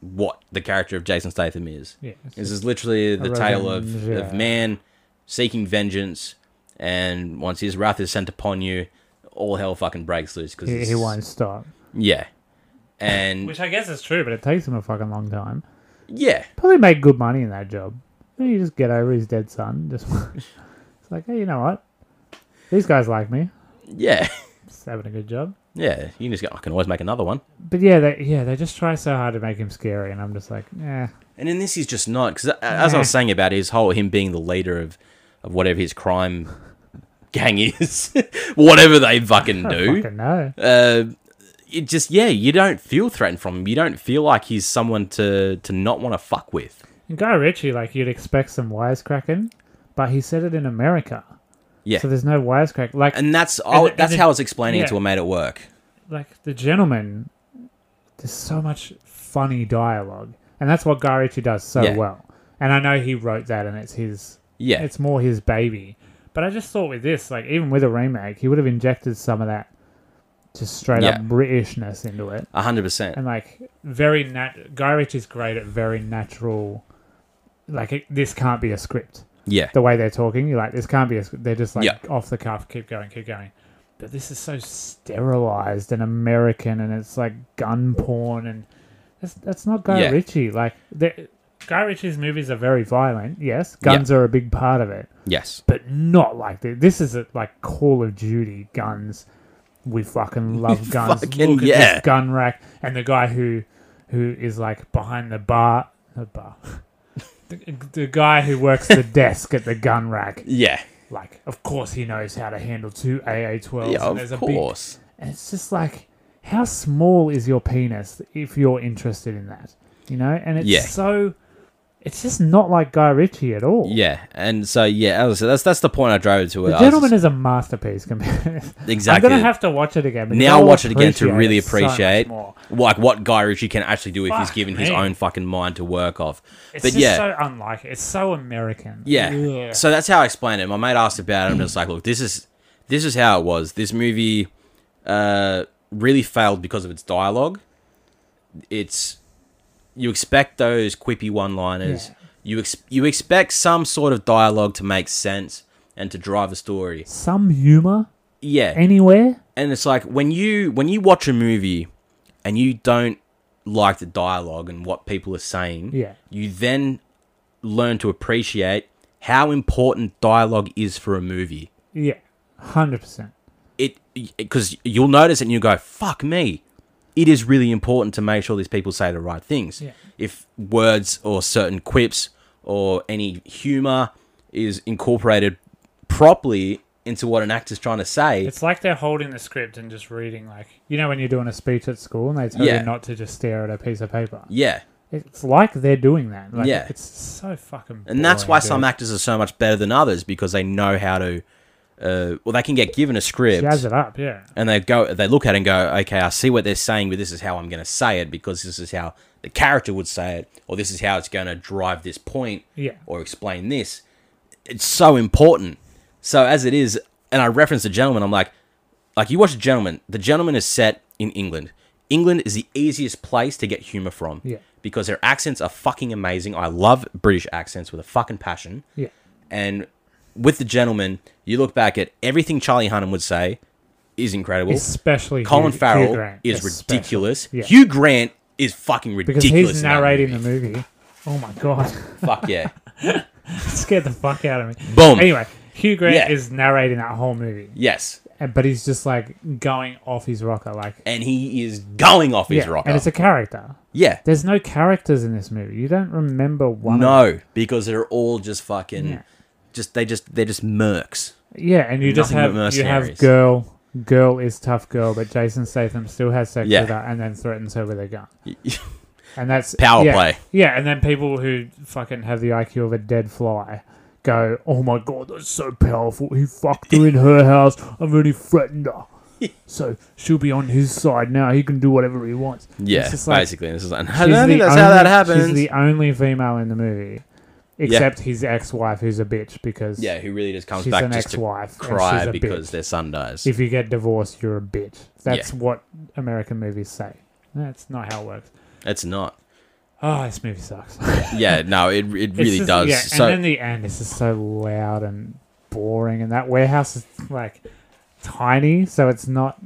Speaker 1: what the character of Jason Statham is.
Speaker 2: Yeah. it's
Speaker 1: This is literally the
Speaker 2: A
Speaker 1: tale of,
Speaker 2: revenge,
Speaker 1: of
Speaker 2: yeah.
Speaker 1: man seeking vengeance, and once his wrath is sent upon you, all hell fucking breaks loose because
Speaker 2: He, he won't stop.
Speaker 1: Yeah, and
Speaker 2: Which I guess is true, but it takes him a fucking long time.
Speaker 1: yeah,
Speaker 2: Probably made good money in that job. Then you just get over his dead son. Just it's like, hey, you know what? These guys like me.
Speaker 1: Yeah.
Speaker 2: Just having a good job.
Speaker 1: Yeah. You can just go, I can always make another one.
Speaker 2: But yeah, they yeah they just try so hard to make him scary, and I'm just like, yeah,
Speaker 1: And in this, he's just not. Because as I was
Speaker 2: Nah.
Speaker 1: saying about his whole him being the leader of, of whatever his crime gang is, whatever they
Speaker 2: Oh,
Speaker 1: fucking do,
Speaker 2: fucking no.
Speaker 1: uh, it just yeah, you don't feel threatened from him. You don't feel like he's someone to to not want to fuck with.
Speaker 2: And Guy Ritchie, like you'd expect some wisecracking, but he said it in America.
Speaker 1: Yeah.
Speaker 2: So there's no wisecrack. Like
Speaker 1: And that's I,
Speaker 2: And- and
Speaker 1: that's
Speaker 2: it-
Speaker 1: how I was explaining
Speaker 2: yeah.
Speaker 1: it to a mate at work.
Speaker 2: like the gentleman. There's so much funny dialogue, and that's what Guy Ritchie does so
Speaker 1: Yeah.
Speaker 2: well. And I know he wrote that, and it's his
Speaker 1: Yeah,
Speaker 2: it's more his baby. But I just thought with this, like even with a remake, he would have injected some of that just straight
Speaker 1: Yeah.
Speaker 2: up Britishness into it,
Speaker 1: a hundred percent.
Speaker 2: and like very nat. Guy Ritchie's great at very natural. Like it, this can't be a script.
Speaker 1: Yeah,
Speaker 2: The way they're talking, you're like this can't be a. script. They're just like
Speaker 1: Yeah.
Speaker 2: off the cuff, keep going, keep going. But this is so sterilized and American, and it's like gun porn, and that's that's not Guy
Speaker 1: Yeah.
Speaker 2: Ritchie. Like they're- Guy Ritchie's movies are very violent. Yes, guns are a big part of it
Speaker 1: yes,
Speaker 2: but not like this. This is a, like Call of Duty guns. We fucking love guns.
Speaker 1: Fucking
Speaker 2: Look at
Speaker 1: yeah.
Speaker 2: this gun rack and the guy who who is like behind the bar, the bar, the, the guy who works the desk at the gun rack.
Speaker 1: yeah,
Speaker 2: Like, of course he knows how to handle two AA12s.
Speaker 1: yeah.
Speaker 2: and there's
Speaker 1: Of
Speaker 2: a big
Speaker 1: course.
Speaker 2: and it's just like, how small is your penis if you're interested in that? You know, and it's
Speaker 1: Yeah.
Speaker 2: so, it's just not like Guy Ritchie at all.
Speaker 1: Yeah, and so yeah, as I said, that's that's the point I drove to. I
Speaker 2: The
Speaker 1: was
Speaker 2: Gentleman is a masterpiece compared.
Speaker 1: exactly.
Speaker 2: I'm gonna have to watch it again. because
Speaker 1: now
Speaker 2: I'll
Speaker 1: watch it again to
Speaker 2: appreciate
Speaker 1: really
Speaker 2: it so much
Speaker 1: appreciate
Speaker 2: more.
Speaker 1: like what Guy Ritchie can actually do if he's
Speaker 2: Fuck
Speaker 1: given his
Speaker 2: me.
Speaker 1: own fucking mind to work off.
Speaker 2: It's
Speaker 1: but
Speaker 2: just
Speaker 1: yeah,
Speaker 2: so unlike. It's so American.
Speaker 1: yeah.
Speaker 2: Ugh.
Speaker 1: So that's how I explained it. My mate asked about it. I'm just like, look, this is this is how it was. This movie uh, really failed because of its dialogue. It's you expect those quippy one-liners.
Speaker 2: Yeah.
Speaker 1: You ex- you expect some sort of dialogue to make sense and to drive a story.
Speaker 2: Some humor
Speaker 1: Yeah.
Speaker 2: anywhere.
Speaker 1: and it's like when you when you watch a movie and you don't like the dialogue and what people are saying
Speaker 2: Yeah.
Speaker 1: you then learn to appreciate how important dialogue is for a movie
Speaker 2: Yeah, hundred percent.
Speaker 1: it because you'll notice it and you go fuck me it is really important to make sure these people say the right things
Speaker 2: Yeah.
Speaker 1: if words or certain quips or any humor is incorporated properly into what an actor's trying to say
Speaker 2: It's like they're holding the script and just reading. Like you know when you're doing a speech at school and they tell
Speaker 1: Yeah.
Speaker 2: you not to just stare at a piece of paper.
Speaker 1: yeah
Speaker 2: It's like they're doing that. Like,
Speaker 1: Yeah.
Speaker 2: it's so fucking.
Speaker 1: And that's why
Speaker 2: boring,
Speaker 1: some
Speaker 2: dude.
Speaker 1: actors are so much better than others because they know how to. Uh, well, they can get given a script
Speaker 2: jazz it up. Yeah,
Speaker 1: and they go, they look at it and go, okay, I see what they're saying, but this is how I'm going to say it because this is how the character would say it, or this is how it's going to drive this point,
Speaker 2: Yeah.
Speaker 1: or explain this. It's so important. So as it is, and I reference the gentleman, I'm like, like you watch the gentleman. The gentleman is set in England. England is the easiest place to get humor from.
Speaker 2: Yeah.
Speaker 1: Because their accents are fucking amazing. I love British accents with a fucking passion.
Speaker 2: yeah.
Speaker 1: And with the gentleman, you look back at everything Charlie Hunnam would say is incredible.
Speaker 2: Especially
Speaker 1: Oh. Colin
Speaker 2: Hugh- Hugh
Speaker 1: Farrell
Speaker 2: Grant,
Speaker 1: is
Speaker 2: especially.
Speaker 1: ridiculous.
Speaker 2: Yeah.
Speaker 1: Hugh Grant is fucking
Speaker 2: because
Speaker 1: ridiculous.
Speaker 2: he's
Speaker 1: in that
Speaker 2: narrating the
Speaker 1: movie.
Speaker 2: movie. Oh my god.
Speaker 1: Fuck yeah.
Speaker 2: scared the fuck out of me.
Speaker 1: Boom.
Speaker 2: Anyway, Hugh Grant
Speaker 1: Yeah.
Speaker 2: is narrating that whole movie,
Speaker 1: Yes.
Speaker 2: and- but he's just like going off his rocker, like
Speaker 1: And he is going off his
Speaker 2: yeah.
Speaker 1: rocker.
Speaker 2: And it's a character.
Speaker 1: yeah.
Speaker 2: There's no characters in this movie. You don't remember one. of
Speaker 1: No, because they're all just fucking,
Speaker 2: Yeah.
Speaker 1: just they just they're just mercs.
Speaker 2: yeah, and you just
Speaker 1: Nothing but
Speaker 2: have you have
Speaker 1: mercenaries.
Speaker 2: girl. Girl is tough girl, but Jason Statham still has sex
Speaker 1: Yeah.
Speaker 2: with her and then threatens her with a gun. And that's
Speaker 1: Power
Speaker 2: yeah,
Speaker 1: play.
Speaker 2: Yeah, and then people who fucking have the IQ of a dead fly go, "Oh my god, that's so powerful! He fucked her in her house. I've really threatened her, so she'll be on his side now. He can do whatever he wants."
Speaker 1: Yeah,
Speaker 2: It's just like,
Speaker 1: basically. This is like, I
Speaker 2: she's
Speaker 1: don't think
Speaker 2: the
Speaker 1: that's how that
Speaker 2: only-
Speaker 1: happens.
Speaker 2: She's the only female in the movie, except his ex-wife, who's a bitch because
Speaker 1: yeah, who really just comes
Speaker 2: she's
Speaker 1: back
Speaker 2: an
Speaker 1: just to
Speaker 2: ex-wife. and she's
Speaker 1: cry
Speaker 2: a
Speaker 1: because
Speaker 2: bitch.
Speaker 1: their son dies.
Speaker 2: if you get divorced, you're a bitch. That's what American movies say. That's not how it works.
Speaker 1: It's not.
Speaker 2: Oh, this movie sucks.
Speaker 1: Yeah, no, it it
Speaker 2: It's
Speaker 1: really
Speaker 2: just-
Speaker 1: does.
Speaker 2: Yeah,
Speaker 1: so
Speaker 2: and then the end is just so loud and boring, and that warehouse is like tiny, so it's not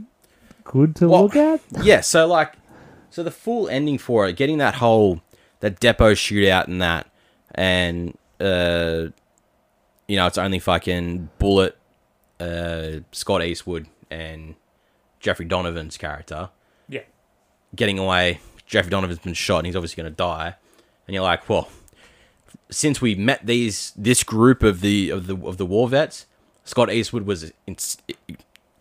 Speaker 2: good to
Speaker 1: Well,
Speaker 2: look at.
Speaker 1: yeah, so like, so the full ending for it, getting that whole that depot shootout and that, and uh, you know, it's only fucking Bullet, uh, Scott Eastwood, and Jeffrey Donovan's character
Speaker 2: Yeah.
Speaker 1: getting away. Jeffrey Donovan's been shot, and he's obviously going to die. And you're like, well, since we met these this group of the of the of the war vets, Scott Eastwood was in,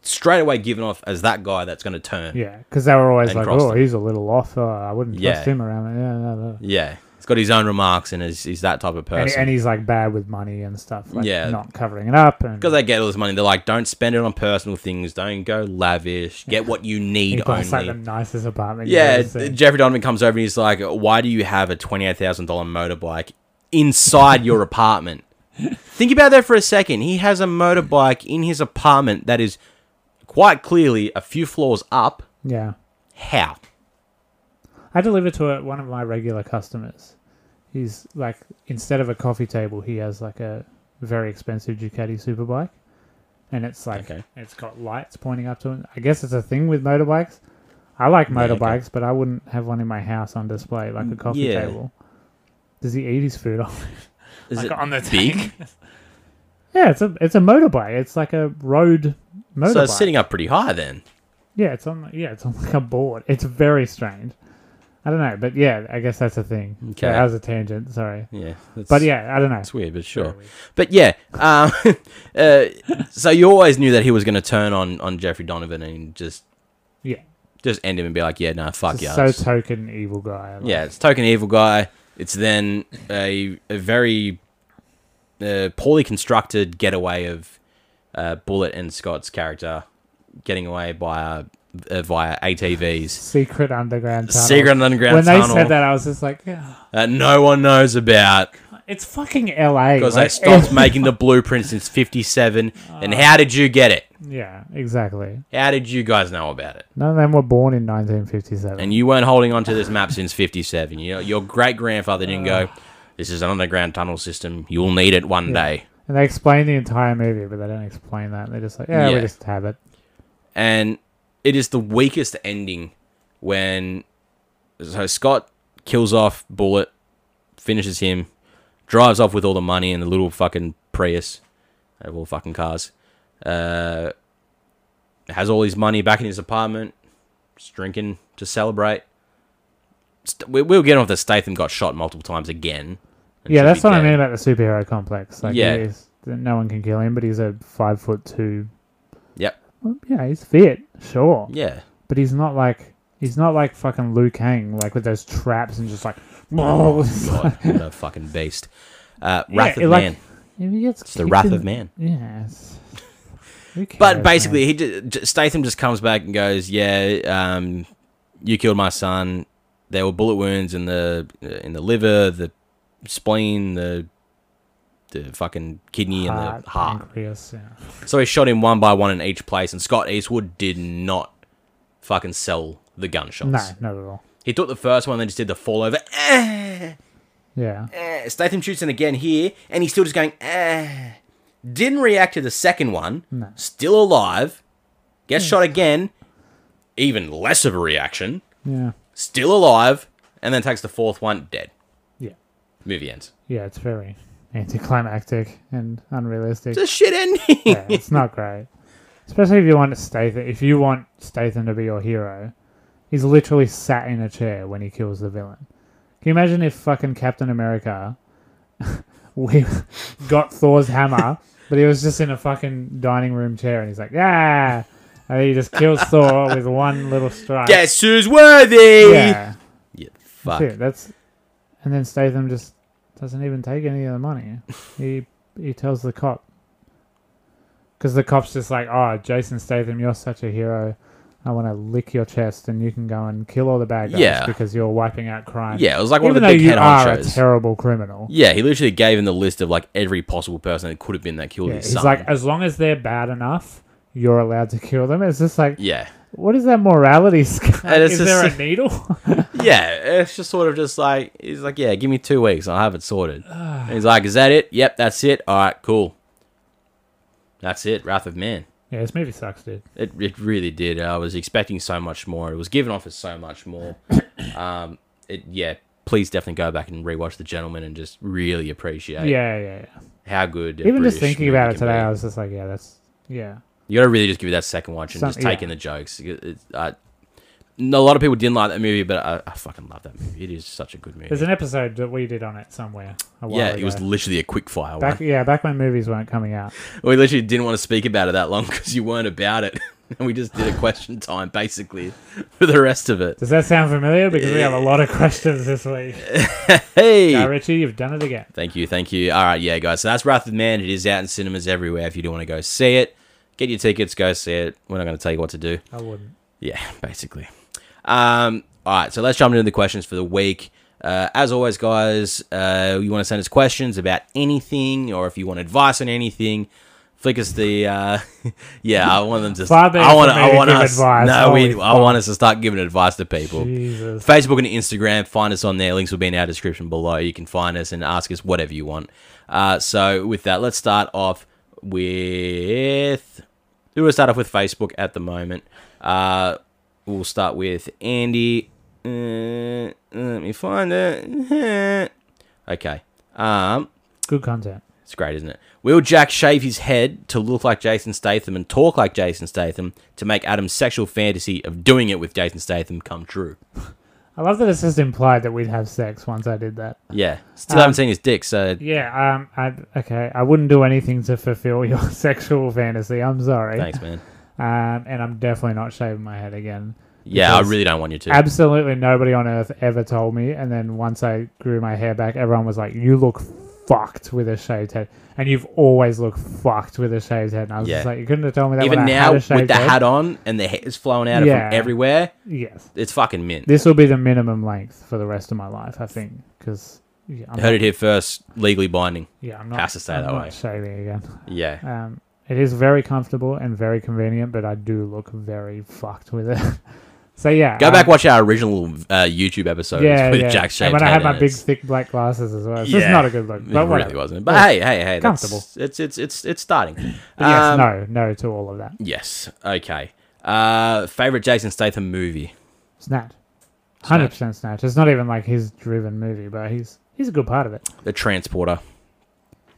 Speaker 1: straight away given off as that guy that's going to turn.
Speaker 2: Yeah, because they were always
Speaker 1: And
Speaker 2: like,
Speaker 1: crossed
Speaker 2: "Oh,
Speaker 1: them.
Speaker 2: he's a little off. Oh, I wouldn't
Speaker 1: Yeah.
Speaker 2: trust him around." Yeah, no, no.
Speaker 1: Yeah. he's got his own remarks, and is he's that type of
Speaker 2: And,
Speaker 1: person.
Speaker 2: and he's like bad with money and stuff. Like,
Speaker 1: Yeah.
Speaker 2: not covering it up and
Speaker 1: because they get all this money, they're like, don't spend it on personal things. Don't go lavish. Get what you
Speaker 2: he
Speaker 1: need
Speaker 2: buys like
Speaker 1: only.
Speaker 2: the nicest apartment. you've
Speaker 1: Yeah,
Speaker 2: ever seen.
Speaker 1: Jeffrey Donovan comes over and he's like, "Why do you have a twenty-eight thousand dollar motorbike inside your apartment?" Think about that for a second. He has a motorbike in his apartment that is quite clearly a few floors up.
Speaker 2: yeah.
Speaker 1: How?
Speaker 2: I deliver to a, one of my regular customers. He's like instead of a coffee table, he has like a very expensive Ducati superbike, and it's like
Speaker 1: Okay.
Speaker 2: it's got lights pointing up to it. I guess it's a thing with motorbikes. I like
Speaker 1: okay. Mm,
Speaker 2: motorbikes, but I wouldn't have one in my house on display like a coffee
Speaker 1: yeah.
Speaker 2: table. Does he eat his food on?
Speaker 1: Is
Speaker 2: like
Speaker 1: it
Speaker 2: on the
Speaker 1: big?
Speaker 2: yeah, it's a it's a motorbike. It's like a road motorbike.
Speaker 1: so it's sitting up pretty high then.
Speaker 2: Yeah, it's on. Yeah, it's on like a board. It's very strange. I don't know, but yeah, I guess that's a thing.
Speaker 1: Okay.
Speaker 2: that was a tangent. Sorry,
Speaker 1: Yeah, that's,
Speaker 2: but yeah, I don't know.
Speaker 1: it's weird, but sure.
Speaker 2: Very weird.
Speaker 1: But yeah, um, uh, so you always knew that he was going to turn on on Jeffrey Donovan and just
Speaker 2: Yeah,
Speaker 1: just end him and be like, "Yeah, no, fuck
Speaker 2: It's
Speaker 1: yeah."
Speaker 2: so
Speaker 1: that's-
Speaker 2: token evil guy. like-
Speaker 1: Yeah, it's token evil guy. It's then a, a very uh, poorly constructed getaway of uh, Bullet and Scott's character getting away by uh, via ATVs,
Speaker 2: secret underground tunnel.
Speaker 1: secret underground
Speaker 2: When they
Speaker 1: tunnel
Speaker 2: said
Speaker 1: that-,
Speaker 2: that, I was just like, "Yeah,
Speaker 1: no one knows about
Speaker 2: it's fucking L.A.
Speaker 1: because they
Speaker 2: like,
Speaker 1: stopped making the blueprint since '57. And how did you get it?
Speaker 2: yeah, exactly.
Speaker 1: How did you guys know about it?
Speaker 2: None of them were born in 1957.
Speaker 1: And you weren't holding onto this map since '57. You know, your great grandfather didn't go. This is an underground tunnel system. You'll need it one day.
Speaker 2: And they explain the entire movie, but they don't explain that. They're just like, yeah,
Speaker 1: Yeah.
Speaker 2: we just have it.
Speaker 1: and it is the weakest ending when so Scott kills off Bullet, finishes him, drives off with all the money and the little fucking Prius, of all fucking cars, uh, has all his money back in his apartment, just drinking to celebrate. St- we, we were getting off the Statham got shot multiple times again. and
Speaker 2: yeah,
Speaker 1: should
Speaker 2: that's
Speaker 1: be
Speaker 2: what I
Speaker 1: dead.
Speaker 2: mean about the superhero complex. Like,
Speaker 1: Yeah.
Speaker 2: yeah, no one can kill him, but he's a five foot two.
Speaker 1: Yep.
Speaker 2: Well, yeah, he's fit, sure,
Speaker 1: Yeah.
Speaker 2: but he's not like he's not like fucking Liu Kang, like with those traps and just like. Oh,
Speaker 1: God, what a fucking beast. Uh,
Speaker 2: Yeah,
Speaker 1: Wrath
Speaker 2: it,
Speaker 1: of
Speaker 2: like,
Speaker 1: Man.
Speaker 2: If he gets
Speaker 1: It's the
Speaker 2: kicked
Speaker 1: Wrath
Speaker 2: in-
Speaker 1: of Man.
Speaker 2: Yeah. it's- who cares,
Speaker 1: But
Speaker 2: man?
Speaker 1: basically, he j- j- Statham just comes back and goes, "Yeah, um, you killed my son. There were bullet wounds in the in the liver, the spleen, the the fucking kidney, and the heart.
Speaker 2: pancreas, yeah.
Speaker 1: So he shot him one by one in each place. And Scott Eastwood did not fucking sell the gunshots.
Speaker 2: No, not at all.
Speaker 1: He took the first one, then just did the fall over. Ah,
Speaker 2: Yeah.
Speaker 1: ah. Statham shoots him again here, and he's still just going. Ah. Didn't react to the second one.
Speaker 2: No.
Speaker 1: Still alive. Gets
Speaker 2: Hmm.
Speaker 1: shot again. Even less of a reaction.
Speaker 2: Yeah.
Speaker 1: Still alive, and then takes the fourth one. Dead.
Speaker 2: Yeah.
Speaker 1: Movie ends.
Speaker 2: Yeah, it's very anticlimactic and unrealistic.
Speaker 1: It's a shit ending.
Speaker 2: yeah, it's not great. Especially if you want Statham. If you want Statham to be your hero, he's literally sat in a chair when he kills the villain. Can you imagine if fucking Captain America we got Thor's hammer, but he was just in a fucking dining room chair and he's like, yeah, and he just kills Thor with one little strike.
Speaker 1: Guess who's worthy?
Speaker 2: Yeah,
Speaker 1: Yeah, fuck.
Speaker 2: that's it. That's and then Statham just doesn't even take any of the money. He he tells the cop because the cop's just like, "Oh, Jason Statham, you're such a hero. I want to lick your chest, and you can go and kill all the bad guys
Speaker 1: Yeah.
Speaker 2: because you're wiping out crime.
Speaker 1: Yeah, it was like one
Speaker 2: even
Speaker 1: of
Speaker 2: though
Speaker 1: the big
Speaker 2: you
Speaker 1: head
Speaker 2: are a
Speaker 1: honchos.
Speaker 2: terrible criminal.
Speaker 1: Yeah, he literally gave him the list of like every possible person that could have been that killed
Speaker 2: Yeah,
Speaker 1: his
Speaker 2: he's
Speaker 1: son.
Speaker 2: like, as long as they're bad enough." You're allowed to kill them. It's just like,
Speaker 1: yeah,
Speaker 2: what is that morality scale?
Speaker 1: And it's
Speaker 2: Is
Speaker 1: just
Speaker 2: there
Speaker 1: like-
Speaker 2: a needle?
Speaker 1: yeah. It's just sort of just like he's like, yeah, give me two weeks, I'll have it sorted. And he's like, is that it? Yep, that's it. All right, cool. That's it. Wrath of Man.
Speaker 2: yeah, this movie sucks, dude.
Speaker 1: It, it really did. I was expecting so much more. It was given off as so much more. um, it yeah. Please definitely go back and rewatch The Gentleman and just really appreciate
Speaker 2: Yeah, yeah, yeah.
Speaker 1: how good.
Speaker 2: Even just thinking about it today, I
Speaker 1: was.
Speaker 2: was just like, yeah, that's yeah.
Speaker 1: You gotta really just give it that second watch and
Speaker 2: Some-
Speaker 1: just take
Speaker 2: yeah.
Speaker 1: in the jokes. It- it- I- no, a lot of people didn't like that movie, but I, I fucking love that movie. It is such a good movie.
Speaker 2: There's an episode that we did on it somewhere. A while
Speaker 1: yeah, it was
Speaker 2: ago.
Speaker 1: literally a quick fire
Speaker 2: back.
Speaker 1: one.
Speaker 2: Yeah, back when movies weren't coming out.
Speaker 1: We literally didn't want to speak about it that long because you weren't about it, and we just did a question time basically for the rest of it.
Speaker 2: Does that sound familiar? Because we have a lot of questions this week. Now,
Speaker 1: Hey,
Speaker 2: Richie, you've done it again. Thank
Speaker 1: thank you, thank you. All right, yeah, guys. So that's Wrath of Man. It is out in cinemas everywhere. If you do want to go see it, get your tickets, go see it. We're not going to tell you what to do.
Speaker 2: I wouldn't.
Speaker 1: Yeah, basically. Um, all right, so let's jump into the questions for the week. Uh, as always, guys, uh, you want to send us questions about anything, or if you want advice on anything, flick us the. Uh, yeah, I want them to.
Speaker 2: Far be it
Speaker 1: I want.
Speaker 2: from me
Speaker 1: I
Speaker 2: to
Speaker 1: want
Speaker 2: give
Speaker 1: us.
Speaker 2: advice.
Speaker 1: No, we.
Speaker 2: Holy
Speaker 1: I want us to start giving advice to people.
Speaker 2: Jesus.
Speaker 1: Facebook and Instagram. Find us on there. Links will be in our description below. You can find us and ask us whatever you want. Uh, so with that, let's start off with. We will start off with Facebook at the moment. Uh, we'll start with Andy. Uh, let me find it. okay. Um,
Speaker 2: Good content.
Speaker 1: it's great, isn't it? Will Jack shave his head to look like Jason Statham and talk like Jason Statham to make Adam's sexual fantasy of doing it with Jason Statham come true?
Speaker 2: I love that it's just implied that we'd have sex once I did that.
Speaker 1: Yeah. Still
Speaker 2: Um,
Speaker 1: haven't seen his dick, so
Speaker 2: Yeah, um, I, okay, I wouldn't do anything to fulfill your sexual fantasy. I'm sorry.
Speaker 1: thanks, man.
Speaker 2: Um, and I'm definitely not shaving my head again.
Speaker 1: Yeah, I
Speaker 2: Because-
Speaker 1: really don't want you to.
Speaker 2: Absolutely nobody on earth ever told me. And then once I grew my hair back, everyone was like, "You look fucked with a shaved head," and you've always looked fucked with a shaved head. And I was
Speaker 1: Yeah.
Speaker 2: just like, "You couldn't have told me that."
Speaker 1: Even
Speaker 2: when I
Speaker 1: now,
Speaker 2: had a
Speaker 1: with
Speaker 2: shaved
Speaker 1: the
Speaker 2: head.
Speaker 1: hat on and the hair is flowing out
Speaker 2: Yeah.
Speaker 1: from everywhere,
Speaker 2: yes,
Speaker 1: it's fucking mint.
Speaker 2: this will be the minimum length for the rest of my life, I think, because yeah, I'm
Speaker 1: Heard
Speaker 2: not,
Speaker 1: it here first, legally binding.
Speaker 2: yeah, I'm not
Speaker 1: Has to stay
Speaker 2: I'm
Speaker 1: that
Speaker 2: not
Speaker 1: way.
Speaker 2: shaving again.
Speaker 1: Yeah.
Speaker 2: Um, it is very comfortable and very convenient, but I do look very fucked with it. so yeah,
Speaker 1: Go
Speaker 2: um,
Speaker 1: back, watch our original uh, YouTube episode
Speaker 2: Yeah,
Speaker 1: with
Speaker 2: yeah.
Speaker 1: Jack Shane.
Speaker 2: and when I had my big thick black glasses as well, it's just
Speaker 1: Yeah.
Speaker 2: not a good look.
Speaker 1: it
Speaker 2: But whatever.
Speaker 1: really wasn't. But
Speaker 2: Yeah.
Speaker 1: hey, hey, hey,
Speaker 2: Comfortable.
Speaker 1: comfortable. It's it's it's it's starting.
Speaker 2: But yes,
Speaker 1: Um,
Speaker 2: no, no to all of that.
Speaker 1: Yes. Okay. Uh, favorite Jason Statham movie.
Speaker 2: Snatch, hundred percent snatch. It's not even like his driven movie, but he's he's a good part of it.
Speaker 1: The Transporter.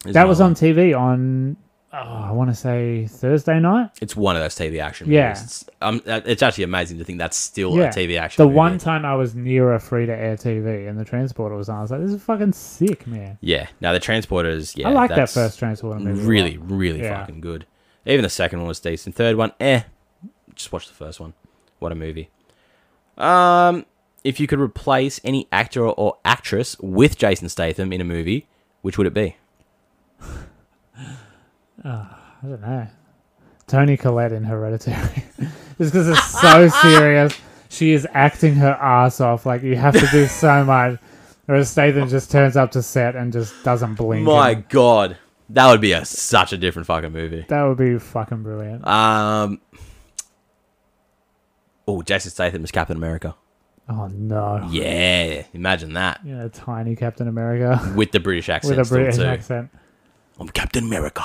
Speaker 1: is
Speaker 2: that was
Speaker 1: another one.
Speaker 2: on TV on oh, I want to say Thursday night.
Speaker 1: It's one of those TV action
Speaker 2: Yeah.
Speaker 1: movies. It's, um, it's actually amazing to think that's still
Speaker 2: Yeah.
Speaker 1: a TV action.
Speaker 2: The
Speaker 1: movie.
Speaker 2: one time I was near a free to air TV and the transporter was on, I was like, "This is fucking sick, man."
Speaker 1: Yeah. Now the Transporters. Yeah.
Speaker 2: I like that
Speaker 1: that's
Speaker 2: first transporter movie. a lot.
Speaker 1: Really, really
Speaker 2: Yeah.
Speaker 1: fucking good. Even the second one was decent. Third one, eh. Just watch the first one. What a movie. Um, if you could replace any actor or actress with Jason Statham in a movie, which would it be?
Speaker 2: I don't know. Tony Collette in Hereditary. Just because it's so serious. She is acting her ass off. Like, you have to do so much. Whereas Statham just turns up to set and just doesn't blink.
Speaker 1: My
Speaker 2: and
Speaker 1: God, that would be a such a different fucking movie.
Speaker 2: That would be fucking brilliant.
Speaker 1: Um. Oh, Jason Statham is Captain America.
Speaker 2: Oh, no.
Speaker 1: Yeah, imagine that
Speaker 2: You know, tiny Captain America
Speaker 1: with the British accent
Speaker 2: with a
Speaker 1: still
Speaker 2: British
Speaker 1: too.
Speaker 2: accent.
Speaker 1: I'm Captain America.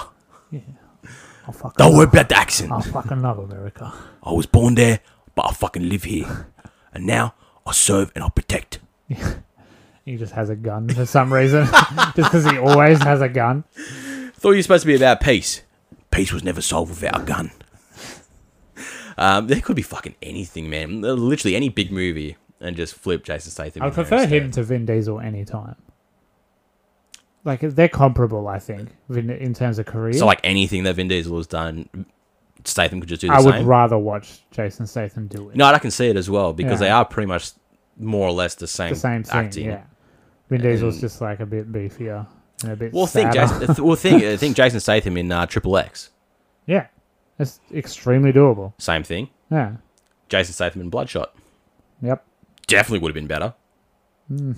Speaker 2: Oh, fuck.
Speaker 1: Don't worry about the accent.
Speaker 2: I fucking love America.
Speaker 1: I was born there, but I fucking live here, and now I serve and I protect.
Speaker 2: He just has a gun for some reason. just because he always has a gun.
Speaker 1: Thought you were supposed to be about peace. Peace was never solved without a gun. Um, there could be fucking anything, man. Literally any big movie, and just flip Jason Statham.
Speaker 2: I
Speaker 1: in there
Speaker 2: prefer
Speaker 1: instead.
Speaker 2: him to Vin Diesel any time. Like they're comparable, I think, Vin, in terms of career.
Speaker 1: So like anything that Vin Diesel has done, Statham could just do the
Speaker 2: I would
Speaker 1: same.
Speaker 2: rather watch Jason Statham do it.
Speaker 1: no, I can see it as well because
Speaker 2: Yeah.
Speaker 1: they are pretty much more or less the same,
Speaker 2: the same thing.
Speaker 1: acting.
Speaker 2: Yeah, Vin Diesel's
Speaker 1: And-
Speaker 2: just like a bit beefier and a bit.
Speaker 1: Well, think
Speaker 2: sadder.
Speaker 1: Jason. th- well, think uh, think Jason Statham in uh, Triple X.
Speaker 2: yeah, it's extremely doable.
Speaker 1: Same thing.
Speaker 2: Yeah.
Speaker 1: Jason Statham in Bloodshot
Speaker 2: Yep.
Speaker 1: definitely would have been better.
Speaker 2: Hmm.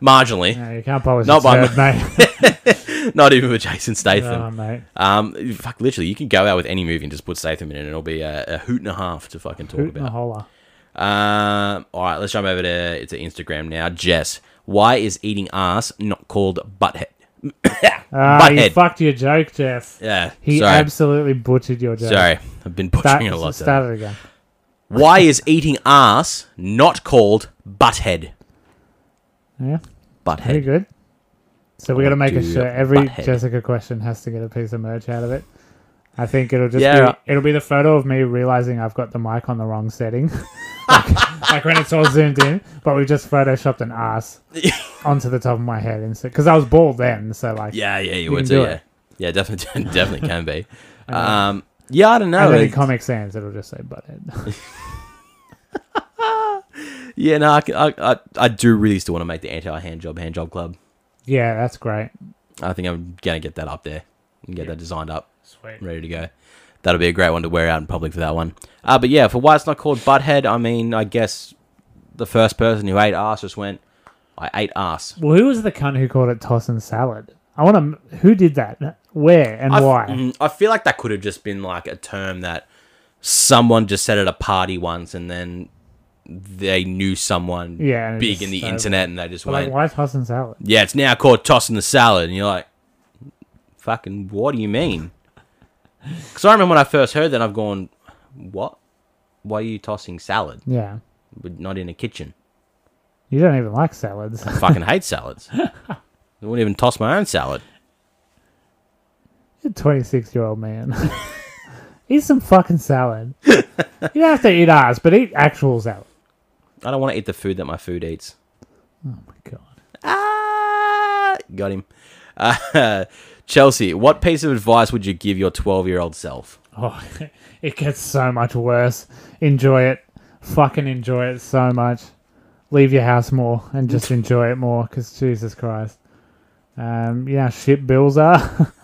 Speaker 1: Marginally,
Speaker 2: Yeah, you can't polish
Speaker 1: Not
Speaker 2: Not
Speaker 1: by
Speaker 2: a turd, mate.
Speaker 1: not even with Jason Statham.
Speaker 2: oh, mate.
Speaker 1: Um, fuck, literally, you can go out with any movie and just put Statham in it, and it'll be a, a hoot and a half to fucking talk
Speaker 2: Hoot and a
Speaker 1: about.
Speaker 2: holler.
Speaker 1: Um, all right, let's jump over to to Instagram now. Jess, why is eating ass not called butthead?
Speaker 2: Ah, you
Speaker 1: Butthead.
Speaker 2: fucked your joke, Jeff.
Speaker 1: Yeah,
Speaker 2: He
Speaker 1: sorry,
Speaker 2: absolutely butchered your joke.
Speaker 1: sorry, I've been
Speaker 2: Start,
Speaker 1: pushing it a lot. today.
Speaker 2: start it again.
Speaker 1: Why is eating ass not called butthead?
Speaker 2: Yeah. Pretty
Speaker 1: Butthead.
Speaker 2: good. So we're gonna make a
Speaker 1: do
Speaker 2: shirt. Every
Speaker 1: butthead.
Speaker 2: Jessica question has to get a piece of merch out of it. I think it'll just
Speaker 1: Yeah.
Speaker 2: be, it'll be the photo of me realizing I've got the mic on the wrong setting, like, like when it's all zoomed in. But we just photoshopped an ass onto the top of my head instead because I was bald then. So like,
Speaker 1: Yeah, yeah, you,
Speaker 2: You
Speaker 1: would
Speaker 2: can
Speaker 1: too.
Speaker 2: do
Speaker 1: Yeah,
Speaker 2: it.
Speaker 1: yeah, definitely, definitely can be.
Speaker 2: know.
Speaker 1: Um, yeah, I don't know.
Speaker 2: and then in
Speaker 1: It's-
Speaker 2: Comic Sans it'll just say butthead.
Speaker 1: yeah, no, I, c- I- I- I do really still want to make the anti hand job hand job club.
Speaker 2: yeah, that's great.
Speaker 1: I think I'm gonna get that up there and get
Speaker 2: Yeah.
Speaker 1: that designed up,
Speaker 2: Sweet.
Speaker 1: ready to go. That'll be a great one to wear out in public for that one. Uh, but yeah, for why it's not called butthead, I mean, I guess the first person who ate ass just went, "I ate ass."
Speaker 2: Well, who was the cunt who called it toss and salad? I want to. Who did that? Where and
Speaker 1: I f-
Speaker 2: why?
Speaker 1: mm, I feel like that could have just been like a term that someone just said at a party once, and then they knew someone
Speaker 2: Yeah, and it
Speaker 1: big
Speaker 2: just
Speaker 1: in the
Speaker 2: started-
Speaker 1: internet, and they just
Speaker 2: But,
Speaker 1: went,
Speaker 2: like, why toss and salad?
Speaker 1: "Yeah, it's now called tossing the salad," and you're like, "Fucking, what do you mean?" Because I remember when I first heard that, I've gone, "What? Why are you tossing salad?
Speaker 2: Yeah,
Speaker 1: But not in a kitchen.
Speaker 2: you don't even like salads.
Speaker 1: I fucking hate salads. I wouldn't even toss my own salad."
Speaker 2: You're a 26 year old man. eat some fucking salad. you don't have to eat ours, but eat actual salad.
Speaker 1: I don't want to eat the food that my food eats.
Speaker 2: Oh my god.
Speaker 1: Ah, got him. Uh, Chelsea, what piece of advice would you give your 12 year old self?
Speaker 2: Oh, it gets so much worse. Enjoy it. Fucking enjoy it so much. Leave your house more and just enjoy it more because Jesus Christ. Um, you know how shit bills are.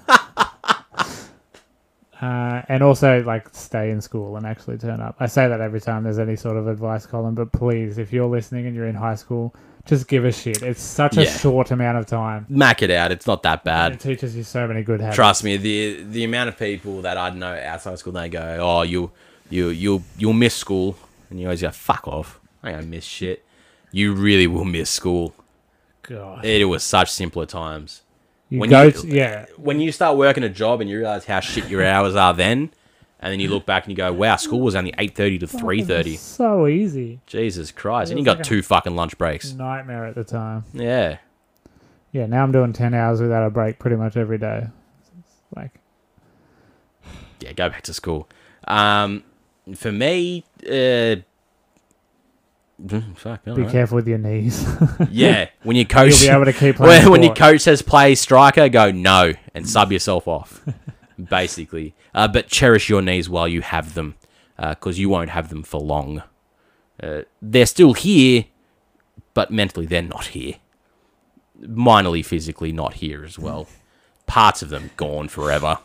Speaker 2: Uh, and also, like, stay in school and actually turn up. I say that every time there's any sort of advice column, but please, if you're listening and you're in high school, just give a shit. It's such a
Speaker 1: Yeah.
Speaker 2: short amount of time.
Speaker 1: Mac it out. It's not that
Speaker 2: and It
Speaker 1: bad.
Speaker 2: teaches you so many good habits.
Speaker 1: Trust me, the the amount of people that I know outside of school, they go, oh, you, you, you'll, you'll miss school. And you always go, fuck off. I ain't gonna miss shit. You really will miss school.
Speaker 2: God.
Speaker 1: It was such simpler times.
Speaker 2: You
Speaker 1: when
Speaker 2: go
Speaker 1: you-
Speaker 2: to, yeah.
Speaker 1: When you start working a job and you realize how shit your hours are then, and then you look back and you go, wow, school was only 8.30 to 3.30.
Speaker 2: So easy.
Speaker 1: Jesus Christ. And you
Speaker 2: It was
Speaker 1: got
Speaker 2: like a- Mm.
Speaker 1: two fucking lunch breaks.
Speaker 2: Nightmare at the time.
Speaker 1: Yeah.
Speaker 2: Yeah, now I'm doing 10 hours without a break pretty much every day. It's like,
Speaker 1: yeah, go back to school. Um, for me, uh, mm, fuck, I don't
Speaker 2: be
Speaker 1: know.
Speaker 2: careful with your knees.
Speaker 1: yeah, when your
Speaker 2: You'll
Speaker 1: coach,
Speaker 2: be able to keep playing.
Speaker 1: when, when your
Speaker 2: sport.
Speaker 1: coach says play striker, go no and sub yourself off, basically. Uh, but cherish your knees while you have them, because you won't have them for long. Uh, they're still here, but mentally they're not here. Minorly, physically not here as well. Parts of them gone forever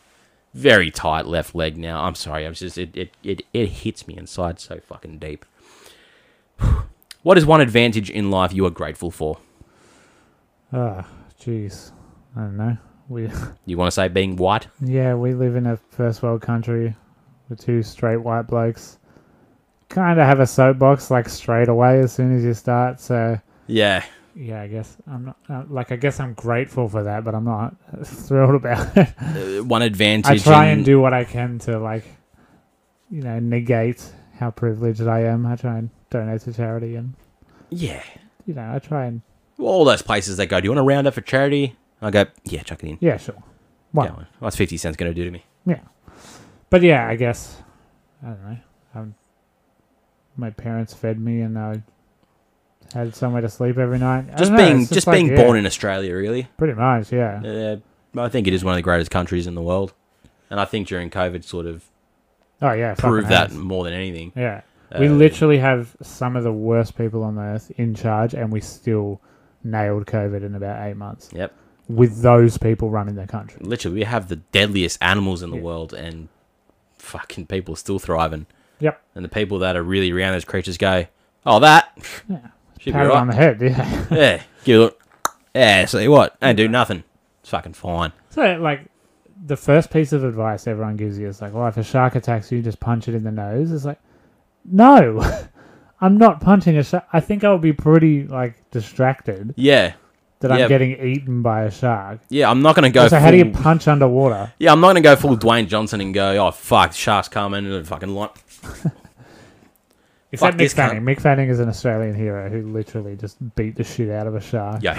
Speaker 1: very tight left leg now. I'm sorry, I'm just it it, it it hits me inside so fucking deep. What is one advantage in life you are grateful for?
Speaker 2: Ah, jeez. I don't know. We,
Speaker 1: You want to say being white?
Speaker 2: yeah, we live in a first world country with two straight white blokes. Kind of have a soapbox like straight away as soon as you start. So,
Speaker 1: Yeah.
Speaker 2: yeah, I guess I'm not, uh, like, I guess I'm grateful for that, but I'm not thrilled about it.
Speaker 1: uh, one advantage.
Speaker 2: I try and
Speaker 1: in-
Speaker 2: do what I can to like, you know, negate how privileged I am. I try and donate to charity, and
Speaker 1: Yeah.
Speaker 2: you know, I try and
Speaker 1: Well, all those places they go. Do you want to round up for charity? I go. Yeah, chuck it in.
Speaker 2: yeah, sure. Wow.
Speaker 1: That one. What's fifty cents going to do to me?
Speaker 2: But yeah, I guess I don't know. Um, my parents fed me, and I had somewhere to sleep every night. I
Speaker 1: Just
Speaker 2: don't know,
Speaker 1: being
Speaker 2: it's
Speaker 1: just, being
Speaker 2: like,
Speaker 1: born
Speaker 2: yeah,
Speaker 1: in Australia, really.
Speaker 2: pretty much, yeah.
Speaker 1: Uh, I think it is one of the greatest countries in the world, and I think during COVID sort of
Speaker 2: Oh yeah, fucking
Speaker 1: proved that
Speaker 2: oath.
Speaker 1: more than anything.
Speaker 2: Yeah. We
Speaker 1: Uh,
Speaker 2: literally have some of the worst people on the earth in charge, and we still nailed COVID in about eight months.
Speaker 1: Yep.
Speaker 2: With those people running the country.
Speaker 1: literally we have the deadliest animals in the
Speaker 2: Yeah.
Speaker 1: world and fucking people are still thriving
Speaker 2: Yep.
Speaker 1: and the people that are really around those creatures go oh that
Speaker 2: Yeah.
Speaker 1: should be
Speaker 2: Pat it on
Speaker 1: right
Speaker 2: the head, yeah.
Speaker 1: yeah give it a- yeah see what and do nothing it's fucking fine
Speaker 2: So, like, the first piece of advice everyone gives you is like, well, if a shark attacks you, just punch it in the nose. It's like, no, I'm not punching a shark. I think I would be pretty, like, distracted
Speaker 1: yeah
Speaker 2: that
Speaker 1: Yeah.
Speaker 2: I'm getting eaten by a shark.
Speaker 1: yeah i'm not gonna go
Speaker 2: so,
Speaker 1: full,
Speaker 2: how do you punch underwater?
Speaker 1: yeah i'm not gonna go full dwayne johnson and go oh fuck sharks coming and fucking line
Speaker 2: Except Mick
Speaker 1: this cunt.
Speaker 2: Fanning. Mick Fanning is an Australian hero who literally just beat the shit out of a shark.
Speaker 1: yeah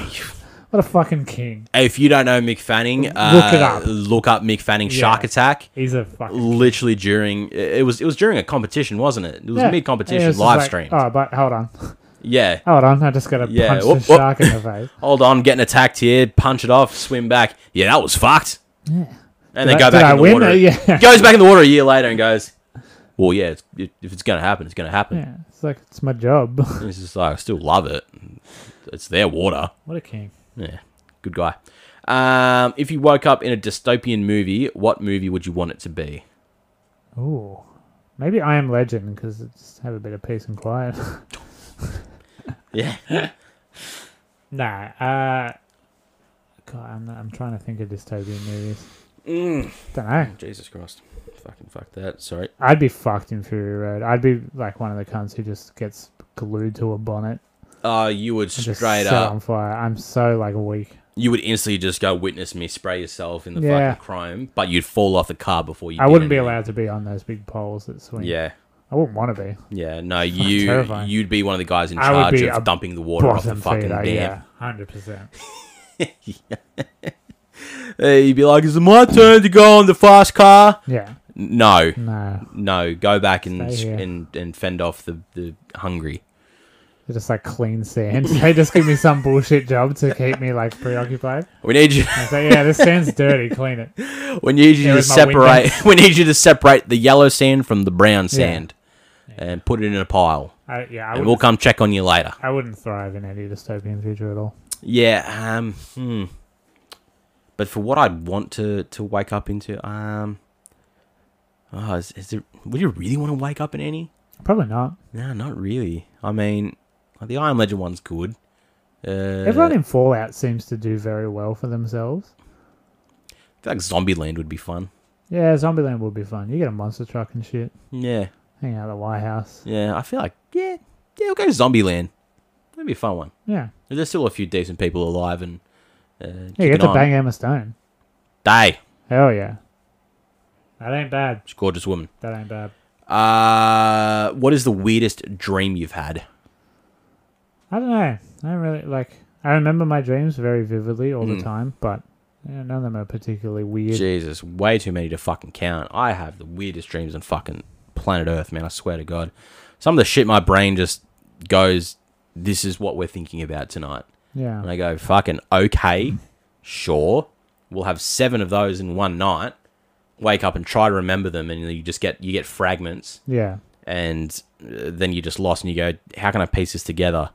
Speaker 2: What a fucking king.
Speaker 1: If you don't know Mick Fanning, uh,
Speaker 2: it up.
Speaker 1: Look up Mick Fanning Shark
Speaker 2: Yeah.
Speaker 1: Attack.
Speaker 2: He's a fucking.
Speaker 1: Literally during it was it was during a competition, wasn't it? It was
Speaker 2: Yeah.
Speaker 1: mid
Speaker 2: Yeah,
Speaker 1: competition,
Speaker 2: it's just
Speaker 1: live
Speaker 2: like,
Speaker 1: streamed.
Speaker 2: Oh, but hold on,
Speaker 1: yeah,
Speaker 2: hold on. I just got to
Speaker 1: Yeah,
Speaker 2: punch
Speaker 1: whoop,
Speaker 2: the
Speaker 1: whoop.
Speaker 2: shark in the face.
Speaker 1: hold on, getting attacked here, punch it off, swim back. Yeah, that was fucked. Yeah. And
Speaker 2: Did
Speaker 1: then
Speaker 2: I-
Speaker 1: go
Speaker 2: did
Speaker 1: back
Speaker 2: I
Speaker 1: in the
Speaker 2: win?
Speaker 1: water.
Speaker 2: Yeah.
Speaker 1: Goes back in the water a year later and goes, well, yeah, it's, it, if it's going to happen, it's going to happen.
Speaker 2: Yeah, it's like it's my job.
Speaker 1: And it's just like, I still love it. It's their water.
Speaker 2: what a king.
Speaker 1: Yeah, good guy. Um, if you woke up in a dystopian movie, what movie would you want it to be?
Speaker 2: Ooh, maybe I am Legend because just have a bit of peace and quiet.
Speaker 1: Yeah.
Speaker 2: nah, uh, God, I'm, I'm trying to think of dystopian movies.
Speaker 1: Mm.
Speaker 2: Don't know.
Speaker 1: Jesus Christ. Fucking fuck that. Sorry.
Speaker 2: I'd be fucked in Fury Road. I'd be like one of the cunts who just gets glued to a bonnet
Speaker 1: Uh, you would
Speaker 2: and just
Speaker 1: straight
Speaker 2: set
Speaker 1: up,
Speaker 2: on fire. I'm so like weak.
Speaker 1: you would instantly just go witness me spray yourself in the
Speaker 2: Yeah.
Speaker 1: fucking chrome, but you'd fall off the car before you.
Speaker 2: I
Speaker 1: did
Speaker 2: wouldn't be
Speaker 1: anything.
Speaker 2: allowed to be on those big poles that swing.
Speaker 1: Yeah,
Speaker 2: I wouldn't want to be.
Speaker 1: yeah. No, you
Speaker 2: terrifying.
Speaker 1: you'd be one of the guys in
Speaker 2: I would
Speaker 1: charge
Speaker 2: be a
Speaker 1: of dumping the water off the fucking
Speaker 2: feeder,
Speaker 1: dam.
Speaker 2: yeah, hundred percent.
Speaker 1: Hey, you'd be like, "Is it my turn to go on the fast car?"
Speaker 2: Yeah,
Speaker 1: No,
Speaker 2: no,
Speaker 1: no. Go back and
Speaker 2: Stay here.
Speaker 1: and and fend off the the hungry.
Speaker 2: They're just like clean sand. they just give me some bullshit job to keep me like preoccupied.
Speaker 1: We need you.
Speaker 2: I say, yeah, this sand's dirty. Clean it.
Speaker 1: We need you
Speaker 2: Here
Speaker 1: to
Speaker 2: is my window.
Speaker 1: separate. We need you to separate the yellow sand from the brown sand, and put it in a pile.
Speaker 2: I, yeah, I
Speaker 1: And we'll
Speaker 2: wouldn't,
Speaker 1: come check on you later.
Speaker 2: I wouldn't thrive in any dystopian future at all.
Speaker 1: Yeah. Um. Hmm. But for what I'd want to to wake up into, um. Oh, is, is there? Would you really want to wake up in any?
Speaker 2: Probably not.
Speaker 1: No, not really. I mean, like, the Iron Legend one's good. Uh,
Speaker 2: Everyone in Fallout seems to do very well for themselves.
Speaker 1: I feel like Zombieland would be fun.
Speaker 2: Yeah, Zombieland would be fun. You get a monster truck and shit.
Speaker 1: Yeah,
Speaker 2: Hang out at the White House.
Speaker 1: yeah. I feel like yeah, yeah. We'll go Zombieland. That'd be a fun one.
Speaker 2: Yeah.
Speaker 1: There's still a few decent people alive and. Uh,
Speaker 2: Yeah, you get
Speaker 1: kicking
Speaker 2: to
Speaker 1: on.
Speaker 2: bang Emma Stone.
Speaker 1: Day,
Speaker 2: Hell yeah. That ain't bad.
Speaker 1: she's a gorgeous woman.
Speaker 2: That ain't bad.
Speaker 1: Uh, what is the weirdest dream you've had?
Speaker 2: I don't know. I don't really like. I remember my dreams very vividly all
Speaker 1: Mm.
Speaker 2: the time, but yeah, none of them are particularly weird.
Speaker 1: Jesus, way too many to fucking count. I have the weirdest dreams on fucking planet Earth, man. I swear to God. Some of the shit my brain just goes, this is what we're thinking about tonight.
Speaker 2: Yeah.
Speaker 1: And I go, fucking okay, sure. We'll have seven of those in one night. Wake up and try to remember them, and you just get you get fragments,
Speaker 2: yeah.
Speaker 1: and uh, then you just lost, and you go, "How can I piece this together?"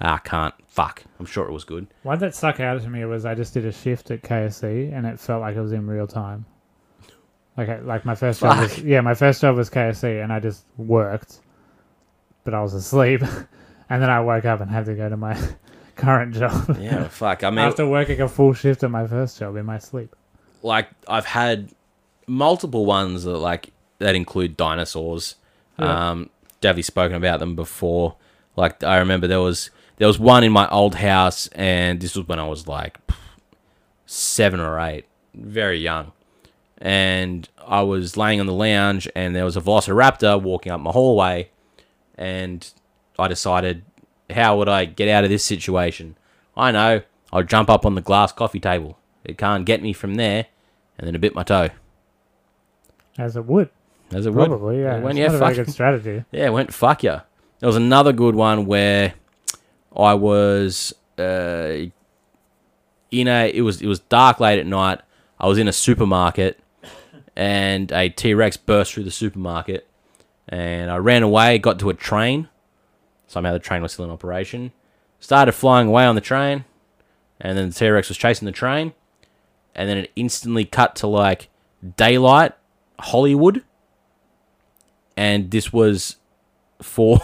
Speaker 1: Ah, I can't. Fuck. I'm sure it was good.
Speaker 2: One that stuck out to me was I just did a shift at KFC and it felt like it was in real time. Like I, like my first job was
Speaker 1: Fuck.
Speaker 2: yeah my first job was KFC and I just worked, but I was asleep, and then I woke up and had to go to my current job
Speaker 1: Yeah, fuck. I mean,
Speaker 2: after working a full shift at my first job in my sleep.
Speaker 1: like I've had multiple ones that like that include dinosaurs.
Speaker 2: Yeah.
Speaker 1: Um, Davey's spoken about them before. Like I remember there was there was one in my old house, and this was when I was like seven or eight, very young, and I was laying on the lounge, and there was a Velociraptor walking up my hallway, and I decided how would I get out of this situation? I know I'll jump up on the glass coffee table. It can't get me from there, and then it bit my toe.
Speaker 2: As it would
Speaker 1: As it would.
Speaker 2: probably yeah.
Speaker 1: It went,
Speaker 2: it's
Speaker 1: yeah,
Speaker 2: not a
Speaker 1: fuck,
Speaker 2: very good strategy.
Speaker 1: yeah, it went fuck ya. There was another good one where I was uh, in a. It was it was dark late at night. I was in a supermarket, and a T Rex burst through the supermarket, and I ran away. Got to a train. Somehow the train was still in operation. Started flying away on the train, and then the T Rex was chasing the train, and then it instantly cut to like daylight, Hollywood and this was for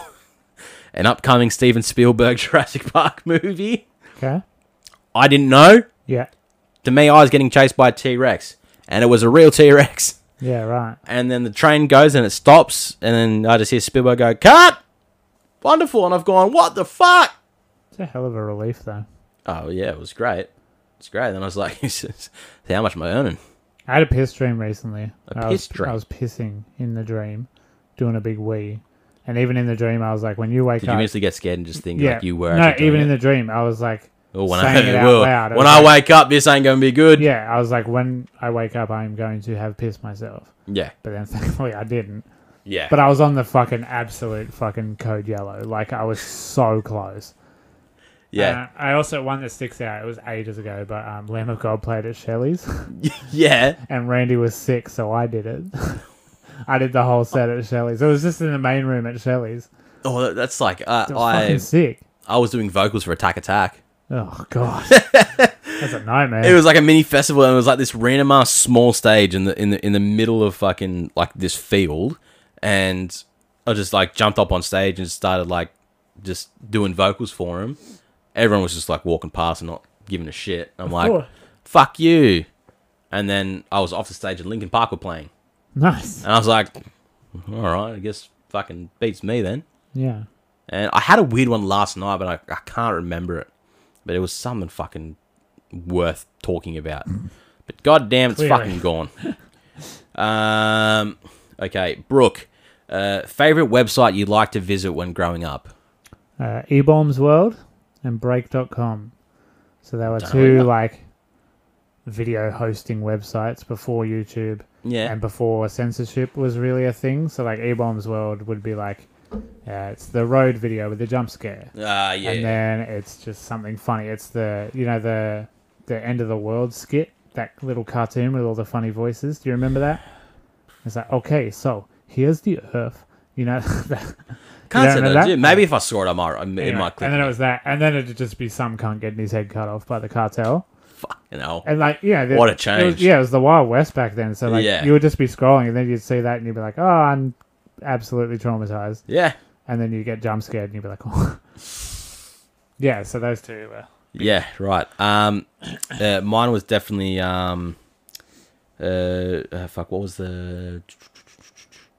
Speaker 1: an upcoming Steven Spielberg Jurassic Park movie.
Speaker 2: Okay.
Speaker 1: I didn't know.
Speaker 2: Yeah.
Speaker 1: To me, I was getting chased by a T Rex, and it was a real T Rex.
Speaker 2: Yeah. Right.
Speaker 1: And then the train goes and it stops, and then I just hear Spielberg go, Cut! Wonderful. And I've gone, What the fuck?
Speaker 2: It's a hell of a relief though.
Speaker 1: Oh, yeah, it was great. It's great. Then I was like, How much am I earning?
Speaker 2: I had a piss dream recently.
Speaker 1: A
Speaker 2: I was,
Speaker 1: piss dream?
Speaker 2: I was pissing in the dream, doing a big wee, and even in the dream, I was like, "When you wake
Speaker 1: Did you
Speaker 2: up,
Speaker 1: instantly get scared and just think like you were?
Speaker 2: no,
Speaker 1: actually doing
Speaker 2: even in
Speaker 1: it?
Speaker 2: the dream, I was like,
Speaker 1: Oh, when
Speaker 2: saying it
Speaker 1: I
Speaker 2: out
Speaker 1: well,
Speaker 2: loud, it
Speaker 1: when
Speaker 2: was
Speaker 1: I
Speaker 2: like-
Speaker 1: wake up, this ain't gonna be good.
Speaker 2: Yeah, I was like, when I wake up, I'm going to have pissed myself.
Speaker 1: yeah,
Speaker 2: But then thankfully I didn't.
Speaker 1: yeah.
Speaker 2: But I was on the fucking absolute fucking code yellow. Like I was so close.
Speaker 1: yeah,
Speaker 2: Uh, I also one that sticks out. It was ages ago, but um, Lamb of God played at Shelley's,
Speaker 1: yeah.
Speaker 2: and Randy was sick, so I did it. I did the whole set at Shelley's. It was just in the main room at Shelley's.
Speaker 1: Oh, that- that's like uh,
Speaker 2: It was
Speaker 1: I
Speaker 2: fucking sick.
Speaker 1: I was doing vocals for Attack Attack.
Speaker 2: Oh god, that's a nightmare.
Speaker 1: It was like a mini festival, and it was like this random ass small stage in the in the in the middle of fucking like this field, and I just like jumped up on stage and started like just doing vocals for him. Everyone was just like walking past and not giving a shit. I'm like,
Speaker 2: course.
Speaker 1: fuck you. And then I was off the stage and Linkin Park were playing,
Speaker 2: nice.
Speaker 1: and I was like, all right, I guess fucking beats me then.
Speaker 2: Yeah.
Speaker 1: And I had a weird one last night, but I, I can't remember it. But it was something fucking worth talking about. But goddamn, it's
Speaker 2: Clearly.
Speaker 1: fucking gone. um, okay, Brooke, uh, favorite website you like to visit when growing up?
Speaker 2: uh, Ebombs World and Break.com. So they were
Speaker 1: Don't know
Speaker 2: two
Speaker 1: about-
Speaker 2: like video hosting websites before YouTube
Speaker 1: Yeah,
Speaker 2: and before censorship was really a thing. So like Ebombs World would be like uh, it's the road video with the jump scare,
Speaker 1: uh, yeah,
Speaker 2: and then it's just something funny. It's the you know the the end of the world skit that little cartoon with all the funny voices. Do you remember that? It's like okay, so here's the Earth. You know,
Speaker 1: can't
Speaker 2: don't
Speaker 1: say that.
Speaker 2: know that?
Speaker 1: Yeah, Maybe if I saw it, I might. I m- It
Speaker 2: Anyway,
Speaker 1: might click.
Speaker 2: And then it was that, and then it'd just be some cunt getting his head cut off by the cartel,
Speaker 1: Fucking hell.
Speaker 2: and like yeah, the,
Speaker 1: What a
Speaker 2: it was-
Speaker 1: change.
Speaker 2: yeah, it was the Wild West back then, so like
Speaker 1: Yeah.
Speaker 2: you would just be scrolling, and then you'd see that, and you'd be like, oh, I'm absolutely traumatized,
Speaker 1: Yeah,
Speaker 2: and then you get jump scared, and you'd be like, oh. yeah. So those two were
Speaker 1: yeah, right. Um, uh, mine was definitely um, uh, uh, fuck. What was the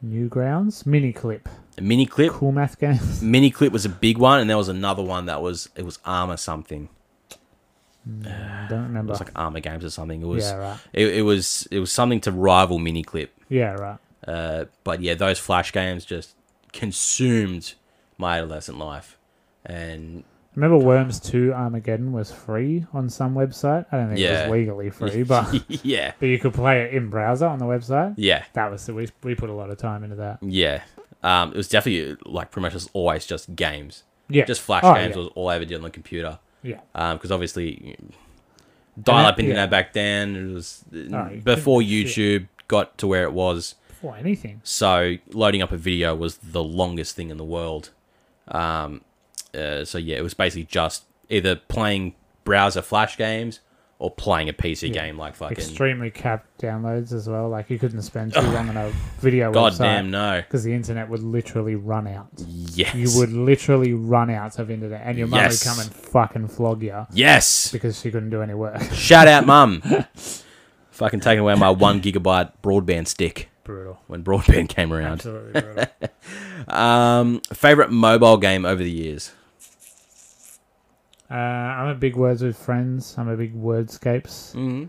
Speaker 2: Newgrounds, mini clip,
Speaker 1: mini clip?
Speaker 2: cool math games.
Speaker 1: Mini clip was a big one, and there was another one that was it was armor something.
Speaker 2: Mm, Don't
Speaker 1: It
Speaker 2: remember.
Speaker 1: was like armor games or something. It was
Speaker 2: yeah, right.
Speaker 1: it, it was it was something to rival mini clip.
Speaker 2: Yeah, right.
Speaker 1: Uh, but yeah, those flash games just consumed my adolescent life, and
Speaker 2: Remember Worms 2 Armageddon was free on some website? I don't think it
Speaker 1: Yeah.
Speaker 2: was legally free, but
Speaker 1: yeah,
Speaker 2: but you could play it in browser on the website.
Speaker 1: yeah,
Speaker 2: That was we we put a lot of time into that.
Speaker 1: yeah. Um, it was definitely like pretty much just always just games,
Speaker 2: Yeah,
Speaker 1: just flash
Speaker 2: Oh,
Speaker 1: games
Speaker 2: Yeah.
Speaker 1: was all I ever did on the computer.
Speaker 2: yeah.
Speaker 1: because obviously dial up
Speaker 2: And that-
Speaker 1: internet back then it was
Speaker 2: you
Speaker 1: before
Speaker 2: couldn't see
Speaker 1: YouTube got to where it was.
Speaker 2: Or anything.
Speaker 1: So loading up a video was the longest thing in the world. Um, uh, so yeah, it was basically just either playing browser flash games or playing a PC
Speaker 2: Yeah.
Speaker 1: game like fucking
Speaker 2: Extremely capped downloads as well. Like you couldn't spend too long on a video
Speaker 1: goddamn
Speaker 2: website
Speaker 1: no.
Speaker 2: because the internet would literally run out.
Speaker 1: Yes.
Speaker 2: You would literally run out of internet, and your mum
Speaker 1: Yes.
Speaker 2: would come and fucking flog you
Speaker 1: Yes.
Speaker 2: because she couldn't do any work.
Speaker 1: Shout out, mum. Fucking taking away my one gigabyte broadband stick
Speaker 2: brutal.
Speaker 1: when broadband came around.
Speaker 2: Absolutely brutal.
Speaker 1: Um, favorite mobile game over the years.
Speaker 2: uh, I'm a big words with friends. I'm a big wordscapes.
Speaker 1: Mm-hmm.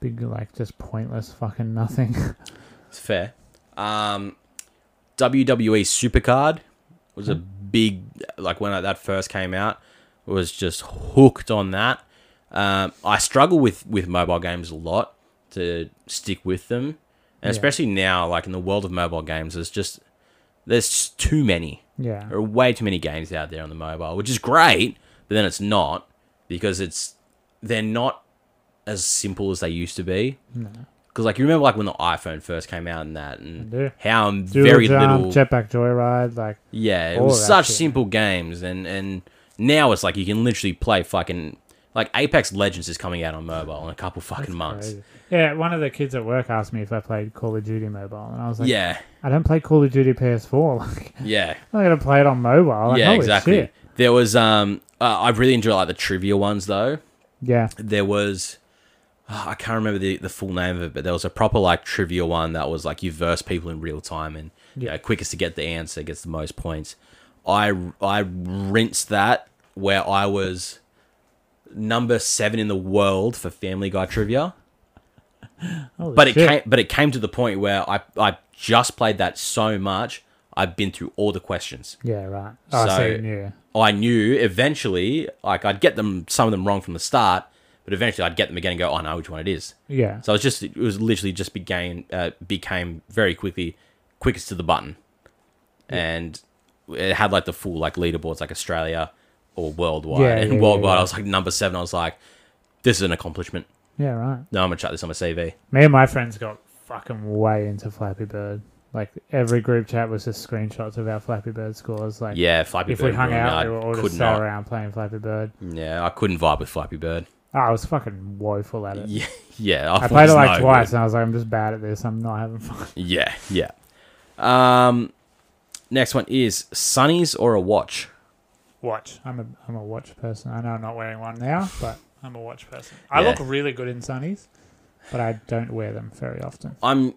Speaker 2: Big like just pointless fucking nothing.
Speaker 1: It's fair. Um, WWE Supercard was a big like when that first came out. I Was just hooked on that. Um, I struggle with with mobile games a lot to stick with them, and
Speaker 2: Yeah.
Speaker 1: especially now, like in the world of mobile games, there's just there's just too many.
Speaker 2: yeah.
Speaker 1: There are way too many games out there on the mobile, which is great, but then it's not because it's they're not as simple as they used to be.
Speaker 2: No.
Speaker 1: Because like you remember like when the iPhone first came out and that and
Speaker 2: do.
Speaker 1: how
Speaker 2: Dual
Speaker 1: very
Speaker 2: jump,
Speaker 1: little
Speaker 2: Jetpack Joyride, like
Speaker 1: yeah it
Speaker 2: all
Speaker 1: was
Speaker 2: that
Speaker 1: such
Speaker 2: shit.
Speaker 1: simple games and and now it's like you can literally play fucking like Apex Legends is coming out on mobile in a couple fucking months
Speaker 2: Crazy. Yeah, one of the kids at work asked me if I played Call of Duty mobile, and I was like,
Speaker 1: yeah
Speaker 2: I don't play Call of Duty PS4. Like,
Speaker 1: yeah
Speaker 2: I'm not gonna play it on mobile. Like,
Speaker 1: yeah
Speaker 2: holy
Speaker 1: exactly
Speaker 2: Shit.
Speaker 1: there was um uh, I really enjoy like the trivia ones though
Speaker 2: Yeah,
Speaker 1: there was oh, I can't remember the, the full name of it, but there was a proper like trivia one that was like you verse people in real time and you
Speaker 2: Yeah.
Speaker 1: know, quickest to get the answer gets the most points. I I rinsed that where I was number seven in the world for Family Guy trivia,
Speaker 2: Holy
Speaker 1: but it
Speaker 2: shit.
Speaker 1: came but it came to the point where I I just played that so much I've been through all the questions.
Speaker 2: Yeah, right. Oh, so,
Speaker 1: So-
Speaker 2: you knew.
Speaker 1: I knew eventually, like I'd get them some of them wrong from the start, but eventually I'd get them again and go, oh, I know which one it is.
Speaker 2: Yeah.
Speaker 1: So it was just it was literally just began uh, became very quickly quickest to the button, and it had like the full like leaderboards like Australia or worldwide
Speaker 2: Yeah,
Speaker 1: and
Speaker 2: yeah, yeah,
Speaker 1: worldwide
Speaker 2: yeah.
Speaker 1: I was like number seven. I was like, this is an accomplishment.
Speaker 2: Yeah, right.
Speaker 1: No, I'm gonna chuck this on my CV.
Speaker 2: Me and my friends got fucking way into Flappy Bird. Like every group chat was just screenshots of our Flappy Bird scores. Like
Speaker 1: Yeah, Flappy
Speaker 2: if
Speaker 1: Bird.
Speaker 2: we hung
Speaker 1: ruined it.
Speaker 2: out,
Speaker 1: I
Speaker 2: we were all
Speaker 1: could
Speaker 2: just sat
Speaker 1: not.
Speaker 2: around playing Flappy Bird.
Speaker 1: Yeah, I couldn't vibe with Flappy Bird.
Speaker 2: Oh, I was fucking woeful at it.
Speaker 1: Yeah, yeah.
Speaker 2: I played it
Speaker 1: was
Speaker 2: like
Speaker 1: no good.
Speaker 2: twice, and I was like, I'm just bad at this. I'm not having fun.
Speaker 1: Yeah, yeah. Um, next one is Sunnies or a watch.
Speaker 2: Watch. I'm a I'm a watch person. I know I'm not wearing one now, but I'm a watch person. I
Speaker 1: Yeah.
Speaker 2: look really good in sunnies, but I don't wear them very often.
Speaker 1: I'm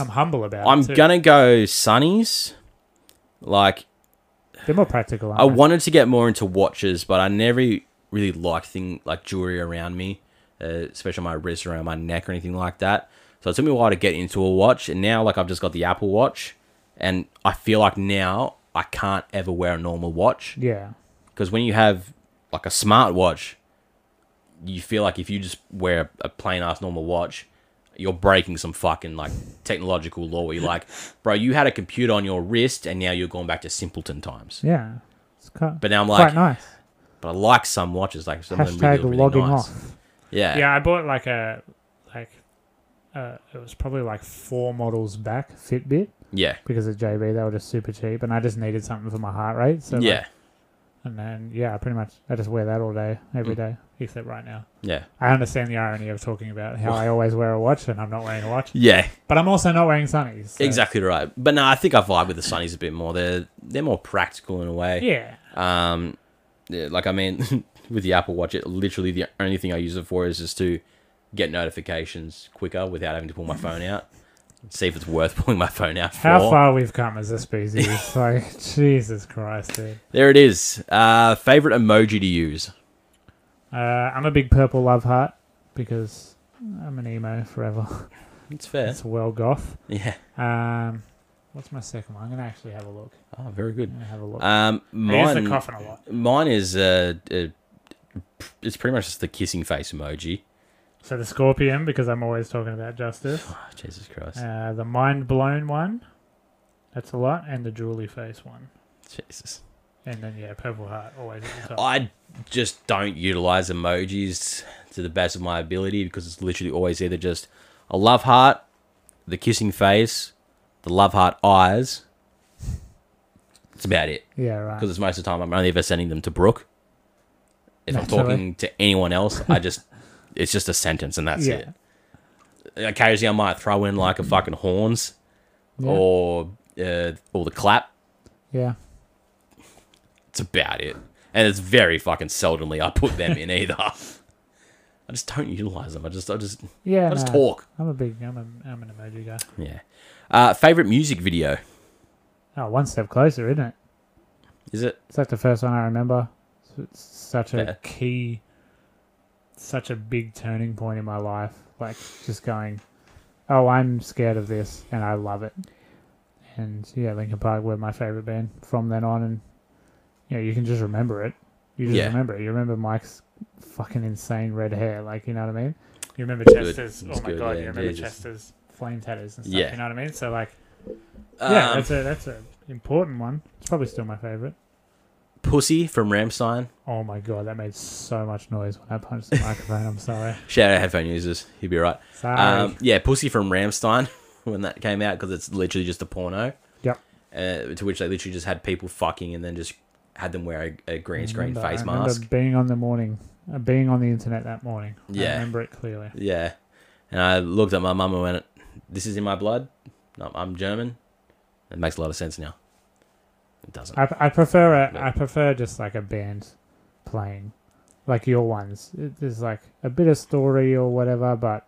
Speaker 2: I'm humble about
Speaker 1: I'm
Speaker 2: it. too.
Speaker 1: gonna go Sunnies. Like
Speaker 2: They're more practical. Aren't
Speaker 1: I
Speaker 2: they?
Speaker 1: wanted to get more into watches, but I never really liked thing like jewelry around me, uh, especially my wrist around my neck or anything like that. So it took me a while to get into a watch, and now like I've just got the Apple Watch, and I feel like now I can't ever wear a normal watch.
Speaker 2: Yeah.
Speaker 1: because when you have like a smartwatch, you feel like if you just wear a plain ass normal watch, you're breaking some fucking like technological law. Where you're like, bro, you had a computer on your wrist, and now you're going back to simpleton times.
Speaker 2: Yeah. It's quite,
Speaker 1: But now I'm
Speaker 2: quite
Speaker 1: like,
Speaker 2: nice.
Speaker 1: but I like some watches, like some of them
Speaker 2: Hashtag
Speaker 1: really, really
Speaker 2: logging
Speaker 1: nice.
Speaker 2: off.
Speaker 1: Yeah,
Speaker 2: Yeah, I bought like a like uh, it was probably like four models back Fitbit
Speaker 1: yeah,
Speaker 2: because of JB. They were just super cheap, and I just needed something for my heart rate. So like-
Speaker 1: yeah,
Speaker 2: and then yeah, I pretty much I just wear that all day,
Speaker 1: Mm.
Speaker 2: every day, except right now.
Speaker 1: yeah,
Speaker 2: I understand the irony of talking about how I always wear a watch and I'm not wearing a watch,
Speaker 1: yeah.
Speaker 2: but I'm also not wearing sunnies. so-
Speaker 1: Exactly right. But no, I think I vibe with the Sunnies a bit more. They're they're more practical in a way.
Speaker 2: Yeah.
Speaker 1: Um, yeah, like I mean, with the Apple Watch, it literally the only thing I use it for is just to get notifications quicker without having to pull my phone out. See if it's worth pulling my phone out.
Speaker 2: How
Speaker 1: for.
Speaker 2: far we've come as a species. like, Jesus Christ, dude.
Speaker 1: There it is. Uh, favorite emoji to use.
Speaker 2: Uh, I'm a big purple love heart because I'm an emo forever.
Speaker 1: It's fair.
Speaker 2: It's well goth.
Speaker 1: yeah.
Speaker 2: Um, what's my second one? I'm gonna actually have a look.
Speaker 1: Oh, very
Speaker 2: I'm
Speaker 1: good.
Speaker 2: gonna have a look.
Speaker 1: Um,
Speaker 2: I use the
Speaker 1: mine.
Speaker 2: coffin a lot.
Speaker 1: Mine is uh, uh, it's pretty much just the kissing face emoji.
Speaker 2: So the scorpion because I'm always talking about justice.
Speaker 1: Oh, Jesus Christ.
Speaker 2: Uh, the mind blown one. That's a lot, and the drooly face one.
Speaker 1: Jesus.
Speaker 2: And then yeah, purple heart always at the top.
Speaker 1: I just don't utilize emojis to the best of my ability because it's literally always either just a love heart, the kissing face, the love heart eyes. That's about it
Speaker 2: yeah, right.
Speaker 1: because it's most of the time I'm only ever sending them to Brooke. If I'm
Speaker 2: Naturally.
Speaker 1: talking to anyone else, I just it's just a sentence and that's
Speaker 2: Yeah.
Speaker 1: it. Occasionally, I might throw in like a fucking horns
Speaker 2: Yeah.
Speaker 1: or uh, or the clap.
Speaker 2: yeah.
Speaker 1: It's about it. And it's very fucking seldomly I put them in either. I just don't utilize them. I just I just
Speaker 2: Yeah.
Speaker 1: I just
Speaker 2: no.
Speaker 1: talk.
Speaker 2: I'm a big. I'm, a, I'm an emoji guy.
Speaker 1: Yeah. Uh, favorite music video
Speaker 2: Oh, one step closer, isn't it?
Speaker 1: is it?
Speaker 2: It's like the first one I remember. So It's such a
Speaker 1: Yeah.
Speaker 2: key, such a big turning point in my life. Like just going, oh, I'm scared of this, and I love it. And yeah, Linkin Park were my favorite band from then on, and you know you can just remember it. You just
Speaker 1: Yeah.
Speaker 2: remember it. You remember Mike's fucking insane red hair, like you know what I mean. You remember
Speaker 1: Good.
Speaker 2: Chester's.
Speaker 1: It's
Speaker 2: Oh my
Speaker 1: good,
Speaker 2: god,
Speaker 1: yeah,
Speaker 2: you remember
Speaker 1: yeah, just-
Speaker 2: Chester's flame tatters and stuff.
Speaker 1: Yeah.
Speaker 2: You know what I mean. So like, yeah,
Speaker 1: Yeah, um,
Speaker 2: that's a that's a important one. It's probably still my favorite.
Speaker 1: Pussy from Ramstein.
Speaker 2: Oh my god, that made so much noise when I punched the microphone. I'm sorry.
Speaker 1: Shout out headphone users. You'd be right.
Speaker 2: Sorry.
Speaker 1: Um, yeah, Pussy from Ramstein when that came out because it's literally just a porno.
Speaker 2: Yep.
Speaker 1: Uh, to which they literally just had people fucking and then just had them wear a, a green screen
Speaker 2: Remember-
Speaker 1: face
Speaker 2: I remember
Speaker 1: mask.
Speaker 2: being on the morning, uh, being on the internet that morning. I
Speaker 1: Yeah.
Speaker 2: remember it clearly.
Speaker 1: Yeah. And I looked at my mum and went, This is in my blood. No, I'm German. It makes a lot of sense now. It doesn't.
Speaker 2: I, I prefer a,
Speaker 1: No.
Speaker 2: I prefer just like a band playing, like your ones. It, there's like a bit of story or whatever, but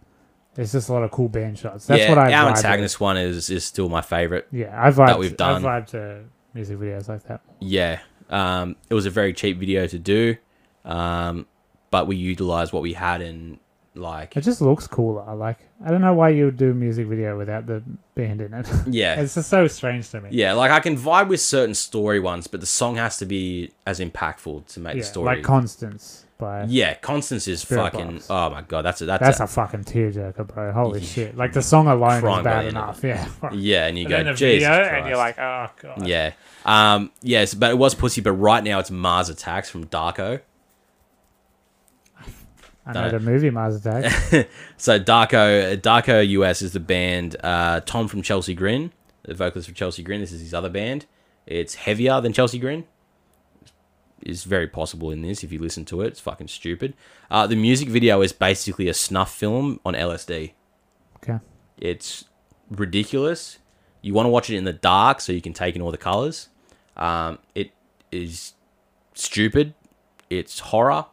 Speaker 2: there's just a lot of cool band shots. That's
Speaker 1: yeah,
Speaker 2: what I
Speaker 1: our
Speaker 2: vibe with.
Speaker 1: antagonist one is, is still my favorite.
Speaker 2: Yeah, I vibe.
Speaker 1: we've done.
Speaker 2: I vibe to music videos like that.
Speaker 1: Yeah. Um, it was a very cheap video to do, um, but we utilized what we had and Like,
Speaker 2: It just looks cooler. Like I don't know why you would do a music video without the band in it.
Speaker 1: yeah,
Speaker 2: it's just so strange to me.
Speaker 1: yeah. Like I can vibe with certain story ones, but the song has to be as impactful to make
Speaker 2: Yeah,
Speaker 1: the story.
Speaker 2: like Constance by
Speaker 1: yeah, Constance is
Speaker 2: Spirit
Speaker 1: fucking.
Speaker 2: Box.
Speaker 1: Oh my god, that's a, that's,
Speaker 2: that's
Speaker 1: a,
Speaker 2: a fucking tearjerker, bro. Holy
Speaker 1: Yeah.
Speaker 2: shit! Like the song alone
Speaker 1: Crying
Speaker 2: is
Speaker 1: by
Speaker 2: bad
Speaker 1: the end of
Speaker 2: enough. Yeah.
Speaker 1: yeah, and you
Speaker 2: And
Speaker 1: go
Speaker 2: then the
Speaker 1: Jesus
Speaker 2: video, and
Speaker 1: Christ."
Speaker 2: you're like, oh god.
Speaker 1: yeah, um, yes, but it was Pussy. But right now it's Mars Attacks from Darko.
Speaker 2: I know
Speaker 1: No.
Speaker 2: the movie Mars Attack.
Speaker 1: So Darko, Darko US is the band. Uh, Tom from Chelsea Grin, the vocalist from Chelsea Grin. This is his other band. It's heavier than Chelsea Grin. It's very possible in this if you listen to it. It's fucking stupid. Uh, the music video is basically a snuff film on LSD.
Speaker 2: okay.
Speaker 1: It's ridiculous. You want to watch it in the dark so you can take in all the colors. Um, it is stupid. It's horror.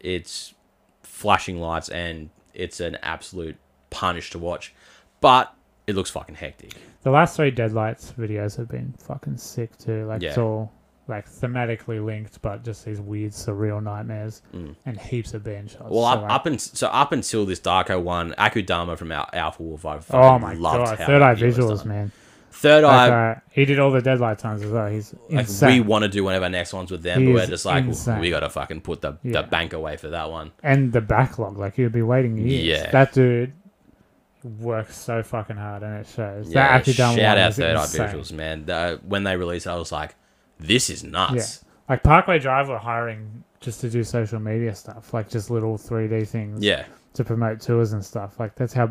Speaker 1: It's flashing lights, and it's an absolute punish to watch. But it looks fucking hectic.
Speaker 2: The last three Deadlights videos have been fucking sick too. Like it's
Speaker 1: Yeah.
Speaker 2: all like thematically linked, but just these weird surreal nightmares and heaps of band shots.
Speaker 1: Mm. Well,
Speaker 2: So,
Speaker 1: up,
Speaker 2: like-
Speaker 1: up and so up until this Darko one, Akudama from Al- Alpha Wolf, I fucking
Speaker 2: Oh my
Speaker 1: loved
Speaker 2: god!
Speaker 1: how
Speaker 2: Third Eye
Speaker 1: he was
Speaker 2: visuals,
Speaker 1: done.
Speaker 2: man.
Speaker 1: Third
Speaker 2: Like,
Speaker 1: Eye,
Speaker 2: uh, he did all the Deadlight times as well. He's
Speaker 1: like
Speaker 2: insane.
Speaker 1: we want to do one of our next ones with them,
Speaker 2: He
Speaker 1: but we're
Speaker 2: is
Speaker 1: just like
Speaker 2: insane.
Speaker 1: we gotta fucking put the,
Speaker 2: Yeah.
Speaker 1: the bank away for that one.
Speaker 2: and the backlog. Like you'd be waiting years.
Speaker 1: Yeah.
Speaker 2: That dude works so fucking hard, and it shows. that Akudama
Speaker 1: shout
Speaker 2: one
Speaker 1: out
Speaker 2: is
Speaker 1: Third Eye
Speaker 2: insane.
Speaker 1: Visuals, man. The- when they released, it, I was like, this is
Speaker 2: Yeah,
Speaker 1: nuts.
Speaker 2: like Parkway Drive were hiring just to do social media stuff, like just little three D things.
Speaker 1: Yeah,
Speaker 2: to promote tours and stuff. Like that's how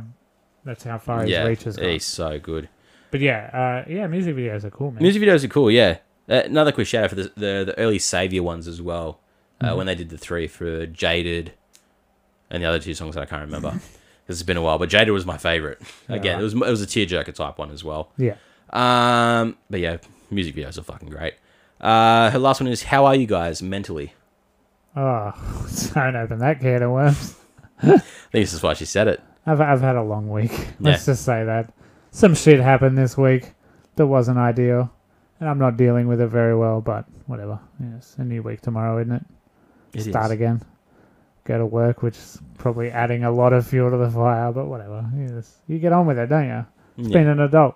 Speaker 2: that's how far
Speaker 1: yeah,
Speaker 2: his reach has gone.
Speaker 1: he's so good.
Speaker 2: But yeah, uh, yeah, music videos are cool, man.
Speaker 1: Music videos are cool. Yeah, uh, another quick shout out for the the, the early Savior ones as well. Uh,
Speaker 2: Mm-hmm.
Speaker 1: When they did the three for Jaded, and the other two songs that I can't remember. 'cause It's been a while, but Jaded was my favorite. Again,
Speaker 2: Yeah.
Speaker 1: it was it was a tearjerker type one as well.
Speaker 2: yeah,
Speaker 1: Um, but yeah, music videos are fucking great. Uh, her last one is "How are you guys mentally?"
Speaker 2: oh, don't open that can of worms.
Speaker 1: I think this is why she said it.
Speaker 2: I've I've had a long week. Let's just say that some shit happened this week that wasn't ideal, and I'm not dealing with it very well. But whatever. Yeah, it's a new week tomorrow, isn't it?
Speaker 1: It is.
Speaker 2: Start again. Go to work, which is probably adding a lot of fuel to the fire. But whatever. Yes, you get on with it, don't you?
Speaker 1: Yeah.
Speaker 2: Being an adult.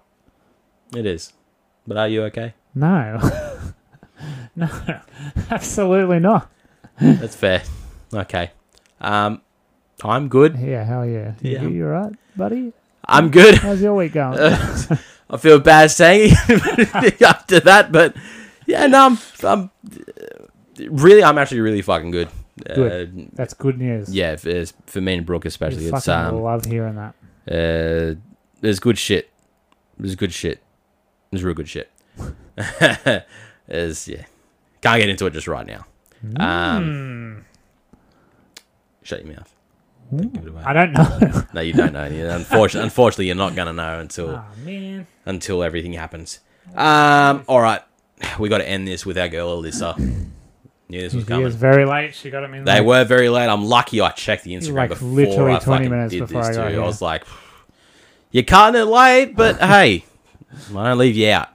Speaker 1: It is. But are you okay?
Speaker 2: No. no. Absolutely not.
Speaker 1: That's fair. Okay. Um, I'm good.
Speaker 2: Yeah, hell yeah.
Speaker 1: Yeah.
Speaker 2: You, you alright, buddy?
Speaker 1: I'm good.
Speaker 2: How's your week going?
Speaker 1: I feel bad saying it after that, but yeah, no, I'm, I'm really, I'm actually really fucking good.
Speaker 2: Good.
Speaker 1: Uh,
Speaker 2: That's good news.
Speaker 1: yeah, for, for me and Brooke
Speaker 2: You
Speaker 1: especially, it's
Speaker 2: fucking
Speaker 1: um,
Speaker 2: love hearing that.
Speaker 1: uh, there's good shit. There's good shit. There's real good shit. There's yeah, can't get into it just right now.
Speaker 2: Mm.
Speaker 1: Um, Shut your mouth. Don't give it away.
Speaker 2: I don't know.
Speaker 1: No, you don't know. Unfortunately, unfortunately, you're not gonna know until
Speaker 2: oh, man.
Speaker 1: until everything happens. Um, all right, we got to end this with our girl Alyssa. Knew this was
Speaker 2: She is
Speaker 1: coming.
Speaker 2: very late. She got him in
Speaker 1: They
Speaker 2: late.
Speaker 1: were very late. I'm lucky I checked the Instagram
Speaker 2: Like,
Speaker 1: before
Speaker 2: literally
Speaker 1: I
Speaker 2: 20
Speaker 1: fucking
Speaker 2: minutes
Speaker 1: did
Speaker 2: before
Speaker 1: this
Speaker 2: I got
Speaker 1: too.
Speaker 2: here.
Speaker 1: I was like, you're cutting it late, but hey, I don't leave you out.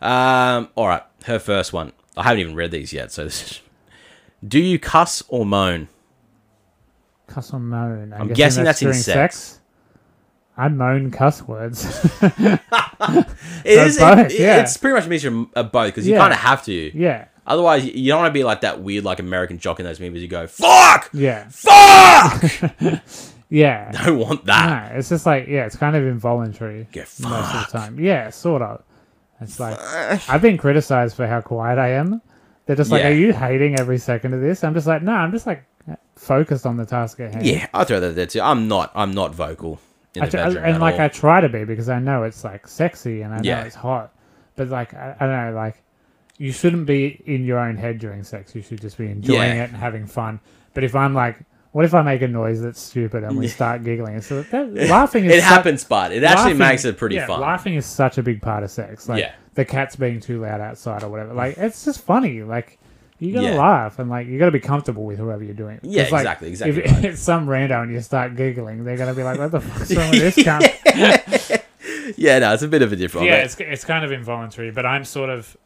Speaker 1: Um, all right, her first one. I haven't even read these yet, so this is... do you cuss or moan?
Speaker 2: Cuss or moan. I'm,
Speaker 1: guessing that's in
Speaker 2: during
Speaker 1: sex.
Speaker 2: I moan cuss words.
Speaker 1: It
Speaker 2: Uh,
Speaker 1: is.
Speaker 2: both,
Speaker 1: it-
Speaker 2: yeah.
Speaker 1: It's pretty much a mixture of both because you
Speaker 2: Yeah.
Speaker 1: kind of have to.
Speaker 2: yeah.
Speaker 1: Otherwise, you don't want to be like that weird, like American jock in those movies. You go, "Fuck,
Speaker 2: Yeah.
Speaker 1: fuck."
Speaker 2: Yeah.
Speaker 1: I don't want that.
Speaker 2: No, it's just like yeah, it's kind of involuntary
Speaker 1: Go,
Speaker 2: most
Speaker 1: fuck.
Speaker 2: of the time. Yeah, sort of. It's like I've been criticized for how quiet I am. They're just like,
Speaker 1: Yeah.
Speaker 2: "Are you hating every second of this?" I'm just like, "No, I'm just like focused on the task at hand."
Speaker 1: Uh, Yeah, I throw that there too. I'm not. I'm not vocal in
Speaker 2: I
Speaker 1: the
Speaker 2: tr-
Speaker 1: bedroom
Speaker 2: and
Speaker 1: at
Speaker 2: like
Speaker 1: all.
Speaker 2: I try to be because I know it's like sexy and I know
Speaker 1: Yeah.
Speaker 2: it's hot, but like I, I don't know, like you shouldn't be in your own head during sex. You should just be enjoying
Speaker 1: Yeah.
Speaker 2: it and having fun. But if I'm like, what if I make a noise that's stupid and we start giggling? So that, laughing is
Speaker 1: it
Speaker 2: such-
Speaker 1: happens, but it actually
Speaker 2: laughing-
Speaker 1: makes it pretty
Speaker 2: yeah,
Speaker 1: fun.
Speaker 2: Laughing is such a big part of sex. Like
Speaker 1: Yeah.
Speaker 2: the cat's being too loud outside or whatever. Like it's just funny. Like you gotta
Speaker 1: Yeah.
Speaker 2: laugh and like you gotta be comfortable with whoever you're doing. it with.
Speaker 1: Yeah,
Speaker 2: 'Cause, like,
Speaker 1: exactly, exactly
Speaker 2: If
Speaker 1: right.
Speaker 2: it's some rando and you start giggling, they're gonna be like, "What the fuck's wrong with this cunt?"
Speaker 1: yeah, no, it's a bit of a different.
Speaker 2: yeah,
Speaker 1: Yeah,
Speaker 2: it's it's kind of involuntary, but I'm sort of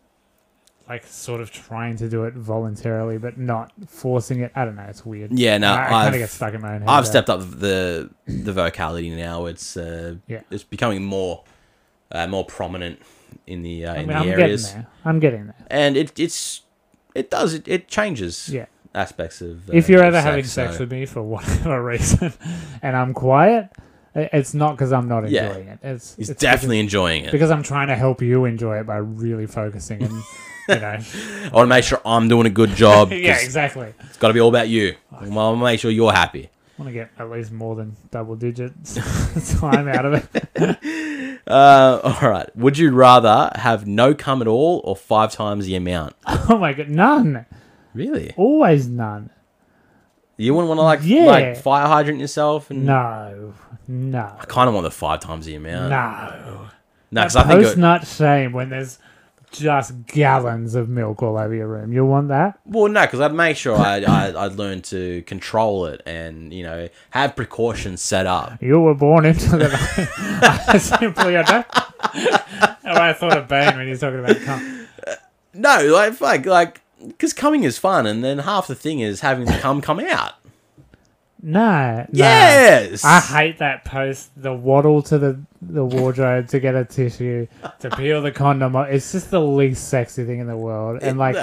Speaker 2: like sort of trying to do it voluntarily, but not forcing it. I don't know. It's weird.
Speaker 1: Yeah, no,
Speaker 2: I, I kind
Speaker 1: I've-
Speaker 2: of get stuck in my own head.
Speaker 1: I've
Speaker 2: there.
Speaker 1: stepped up the the vocality now. It's uh,
Speaker 2: Yeah.
Speaker 1: it's becoming more uh, more prominent in the uh,
Speaker 2: I
Speaker 1: in
Speaker 2: mean,
Speaker 1: the
Speaker 2: I'm
Speaker 1: areas,
Speaker 2: getting there. I'm getting there.
Speaker 1: and it it's it does it, it changes
Speaker 2: Yeah.
Speaker 1: aspects of. Uh,
Speaker 2: if you're
Speaker 1: of
Speaker 2: ever having
Speaker 1: so-
Speaker 2: sex with me for whatever reason, and I'm quiet, i- it's not because I'm not
Speaker 1: Yeah.
Speaker 2: enjoying it. It's
Speaker 1: he's
Speaker 2: it's
Speaker 1: definitely enjoying
Speaker 2: because,
Speaker 1: it.
Speaker 2: because I'm trying to help you enjoy it by really focusing and you know.
Speaker 1: I want to make sure I'm doing a good job.
Speaker 2: yeah,
Speaker 1: 'cause
Speaker 2: exactly.
Speaker 1: It's got to be all about you. I want to make sure you're happy.
Speaker 2: want to get at least more than double digits time out of it.
Speaker 1: Uh, all right. Would you rather have no cum at all or five times the amount?
Speaker 2: Oh my god, none.
Speaker 1: Really?
Speaker 2: Always none.
Speaker 1: You wouldn't want to like
Speaker 2: Yeah.
Speaker 1: like fire hydrant yourself and
Speaker 2: No, no,
Speaker 1: I kind of want the five times the amount.
Speaker 2: no.
Speaker 1: No, because I think
Speaker 2: Post
Speaker 1: it,
Speaker 2: nut shame when there's just gallons of milk all over your room. You'll want that.
Speaker 1: well, no, because I'd make sure I, I I'd learn to control it and you know have precautions set up.
Speaker 2: You were born into the I simply I don't. Oh, I thought of Bane when he was talking about cum.
Speaker 1: No, like fuck, like because coming is fun, and then half the thing is having the cum come out.
Speaker 2: No, no.
Speaker 1: Yes,
Speaker 2: I hate that post. The waddle to the the wardrobe to get a tissue to peel the condom. off. It's just the least sexy thing in the world. And like,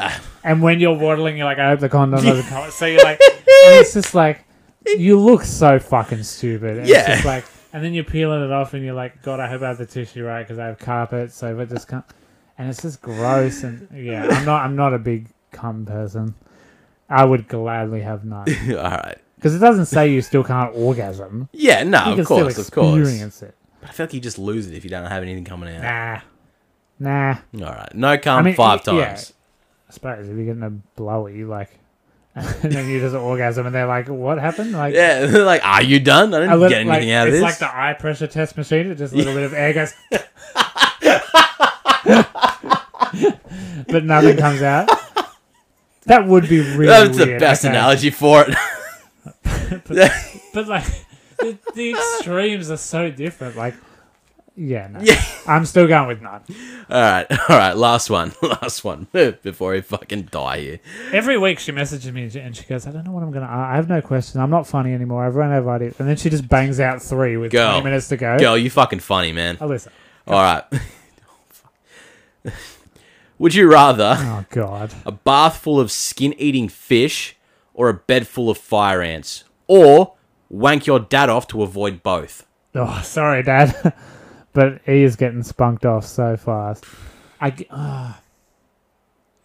Speaker 2: and when you're waddling, you're like, I hope the condom doesn't come. So you're like, "Oh, and it's just like, you look so fucking stupid. And It's
Speaker 1: Yeah.
Speaker 2: just like, and then you're peeling it off, and you're like, God, I hope I have the tissue right because I have carpet. So if it just come, and it's just gross. And yeah, I'm not. I'm not a big cum person. I would gladly have none
Speaker 1: all right.
Speaker 2: because it doesn't say you still can't orgasm
Speaker 1: Yeah, no,
Speaker 2: you
Speaker 1: Ah, of
Speaker 2: can
Speaker 1: course,
Speaker 2: still
Speaker 1: of course.
Speaker 2: experience it.
Speaker 1: I feel like you just lose it if you don't have anything coming out.
Speaker 2: Nah, nah.
Speaker 1: All right, no cum
Speaker 2: I mean,
Speaker 1: five
Speaker 2: y- yeah.
Speaker 1: times.
Speaker 2: I suppose if you're getting a blowy, like, and then you just orgasm, and they're like, "What happened?" Like,
Speaker 1: Yeah, like, are you done? I
Speaker 2: a
Speaker 1: didn't
Speaker 2: little,
Speaker 1: get anything
Speaker 2: like,
Speaker 1: out of
Speaker 2: it's
Speaker 1: this.
Speaker 2: like the eye pressure test machine. It's just a little bit of air goes, but nothing comes out. That would be really
Speaker 1: That's the
Speaker 2: weird,
Speaker 1: best
Speaker 2: okay.
Speaker 1: analogy for it.
Speaker 2: But like, the, the extremes are so different. Like, yeah, no.
Speaker 1: Yeah.
Speaker 2: I'm still going with none.
Speaker 1: All right, all right, last one, last one before we fucking die here.
Speaker 2: Every week she messages me and she goes, I don't know what I'm going to I have no question. I'm not funny anymore. I've run out of ideas. And then she just bangs out three with
Speaker 1: Girl.
Speaker 2: 20 minutes to go.
Speaker 1: Girl, you fucking funny, man.
Speaker 2: Oh, listen.
Speaker 1: All right. Would you rather
Speaker 2: Oh, God.
Speaker 1: a bath full of skin-eating fish or a bed full of fire ants, or wank your dad off to avoid both?
Speaker 2: Oh, sorry, Dad. but he is getting spunked off so fast. I. g- ah.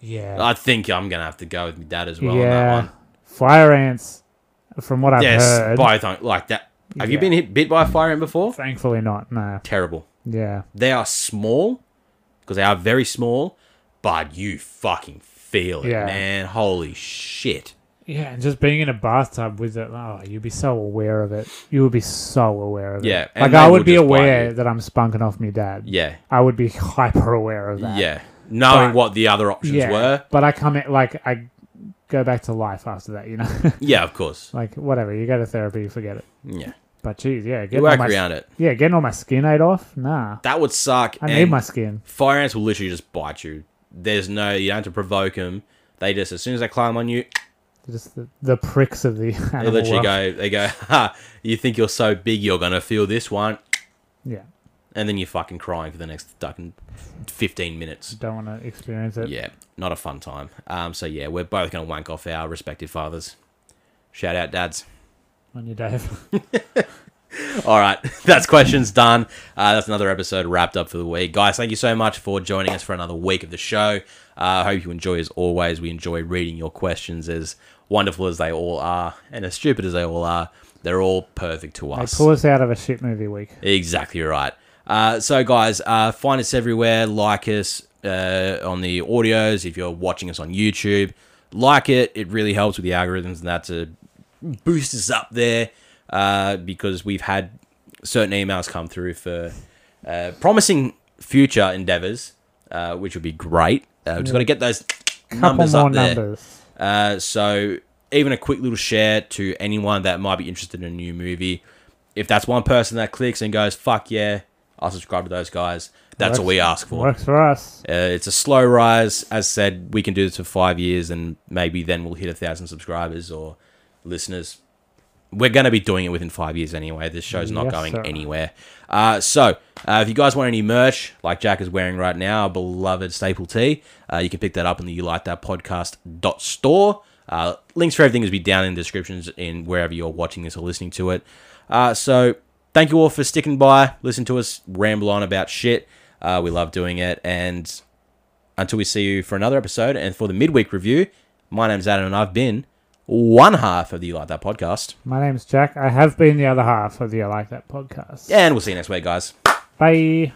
Speaker 2: yeah.
Speaker 1: I think I'm gonna have to go with my dad as well on that
Speaker 2: yeah.
Speaker 1: one.
Speaker 2: Fire ants, from what I've
Speaker 1: Yes,
Speaker 2: heard.
Speaker 1: both aren't like that. Have you
Speaker 2: Yeah.
Speaker 1: been hit bit by a fire ant before?
Speaker 2: Thankfully not. No.
Speaker 1: Terrible.
Speaker 2: Yeah.
Speaker 1: They are small because they are very small, but you fucking feel it,
Speaker 2: Yeah.
Speaker 1: man. Holy shit.
Speaker 2: Yeah, and just being in a bathtub with it, oh, you'd be so aware of it. You would be so aware of
Speaker 1: Yeah,
Speaker 2: it.
Speaker 1: and
Speaker 2: like I
Speaker 1: they
Speaker 2: would
Speaker 1: will
Speaker 2: be
Speaker 1: just bite
Speaker 2: aware
Speaker 1: you.
Speaker 2: that I'm spunking off my dad.
Speaker 1: Yeah.
Speaker 2: I would be hyper aware of that.
Speaker 1: Yeah. Knowing
Speaker 2: But-
Speaker 1: what the other options
Speaker 2: yeah.
Speaker 1: were.
Speaker 2: But I come in like I go back to life after that, you know,
Speaker 1: Yeah, of course.
Speaker 2: like whatever. You go to therapy, you forget it.
Speaker 1: Yeah.
Speaker 2: But geez, yeah, getting
Speaker 1: You
Speaker 2: all
Speaker 1: work
Speaker 2: my,
Speaker 1: around it.
Speaker 2: yeah, getting all my skin ate off. Nah,
Speaker 1: That would suck.
Speaker 2: I
Speaker 1: and
Speaker 2: need my skin.
Speaker 1: fire ants will literally just bite you. There's no, you don't have to provoke them. They just, as soon as they climb on you,
Speaker 2: Just the, the pricks of the
Speaker 1: they
Speaker 2: animal
Speaker 1: literally
Speaker 2: world.
Speaker 1: go, they go, ha, you think you're so big, you're going to feel this one.
Speaker 2: Yeah,
Speaker 1: And then you're fucking crying for the next fucking 15 minutes.
Speaker 2: don't want to experience it.
Speaker 1: Yeah, not a fun time. Um, so yeah, we're both gonna wank off our respective fathers. Shout out, dads.
Speaker 2: on your Dave.
Speaker 1: All right, that's questions done. Uh, that's another episode wrapped up for the week, guys. Thank you so much for joining us for another week of the show. I uh, hope you enjoy as always. We enjoy reading your questions, as wonderful as they all are, and as stupid as they all are. They're all perfect to
Speaker 2: They
Speaker 1: us.
Speaker 2: pull us out of a shit movie week.
Speaker 1: Exactly right. Uh, so, guys, uh, find us everywhere. Like us uh, on the audios if you're watching us on YouTube. Like it. It really helps with the algorithms and that to boost us up there uh, because we've had certain emails come through for uh, promising future endeavors, uh, which would be great. Uh, we've just got to get those
Speaker 2: Couple
Speaker 1: numbers
Speaker 2: more
Speaker 1: up there.
Speaker 2: numbers.
Speaker 1: Uh, so even a quick little share to anyone that might be interested in a new movie. If that's one person that clicks and goes, fuck yeah, I subscribe to those guys. That's all
Speaker 2: Works.
Speaker 1: we ask for.
Speaker 2: Works for us.
Speaker 1: Uh, it's a slow rise. As said, we can do this for five years, and maybe then we'll hit a thousand subscribers or listeners. We're going to be doing it within five years anyway. This show's not
Speaker 2: Yes,
Speaker 1: going
Speaker 2: sir.
Speaker 1: anywhere. Uh, so, uh, if you guys want any merch, like Jack is wearing right now, our beloved staple tee, uh, you can pick that up in the You Like That Podcast dot store. Uh, links for everything is be down in the descriptions in wherever you're watching this or listening to it. Uh, so, thank you all for sticking by, listen to us ramble on about shit. Uh, we love doing it. And until we see you for another episode and for the midweek review, my name's Adam and I've been one half of the You Like That podcast.
Speaker 2: My name's Jack. I have been the other half of the I Like That podcast.
Speaker 1: And we'll see you next week, guys.
Speaker 2: Bye.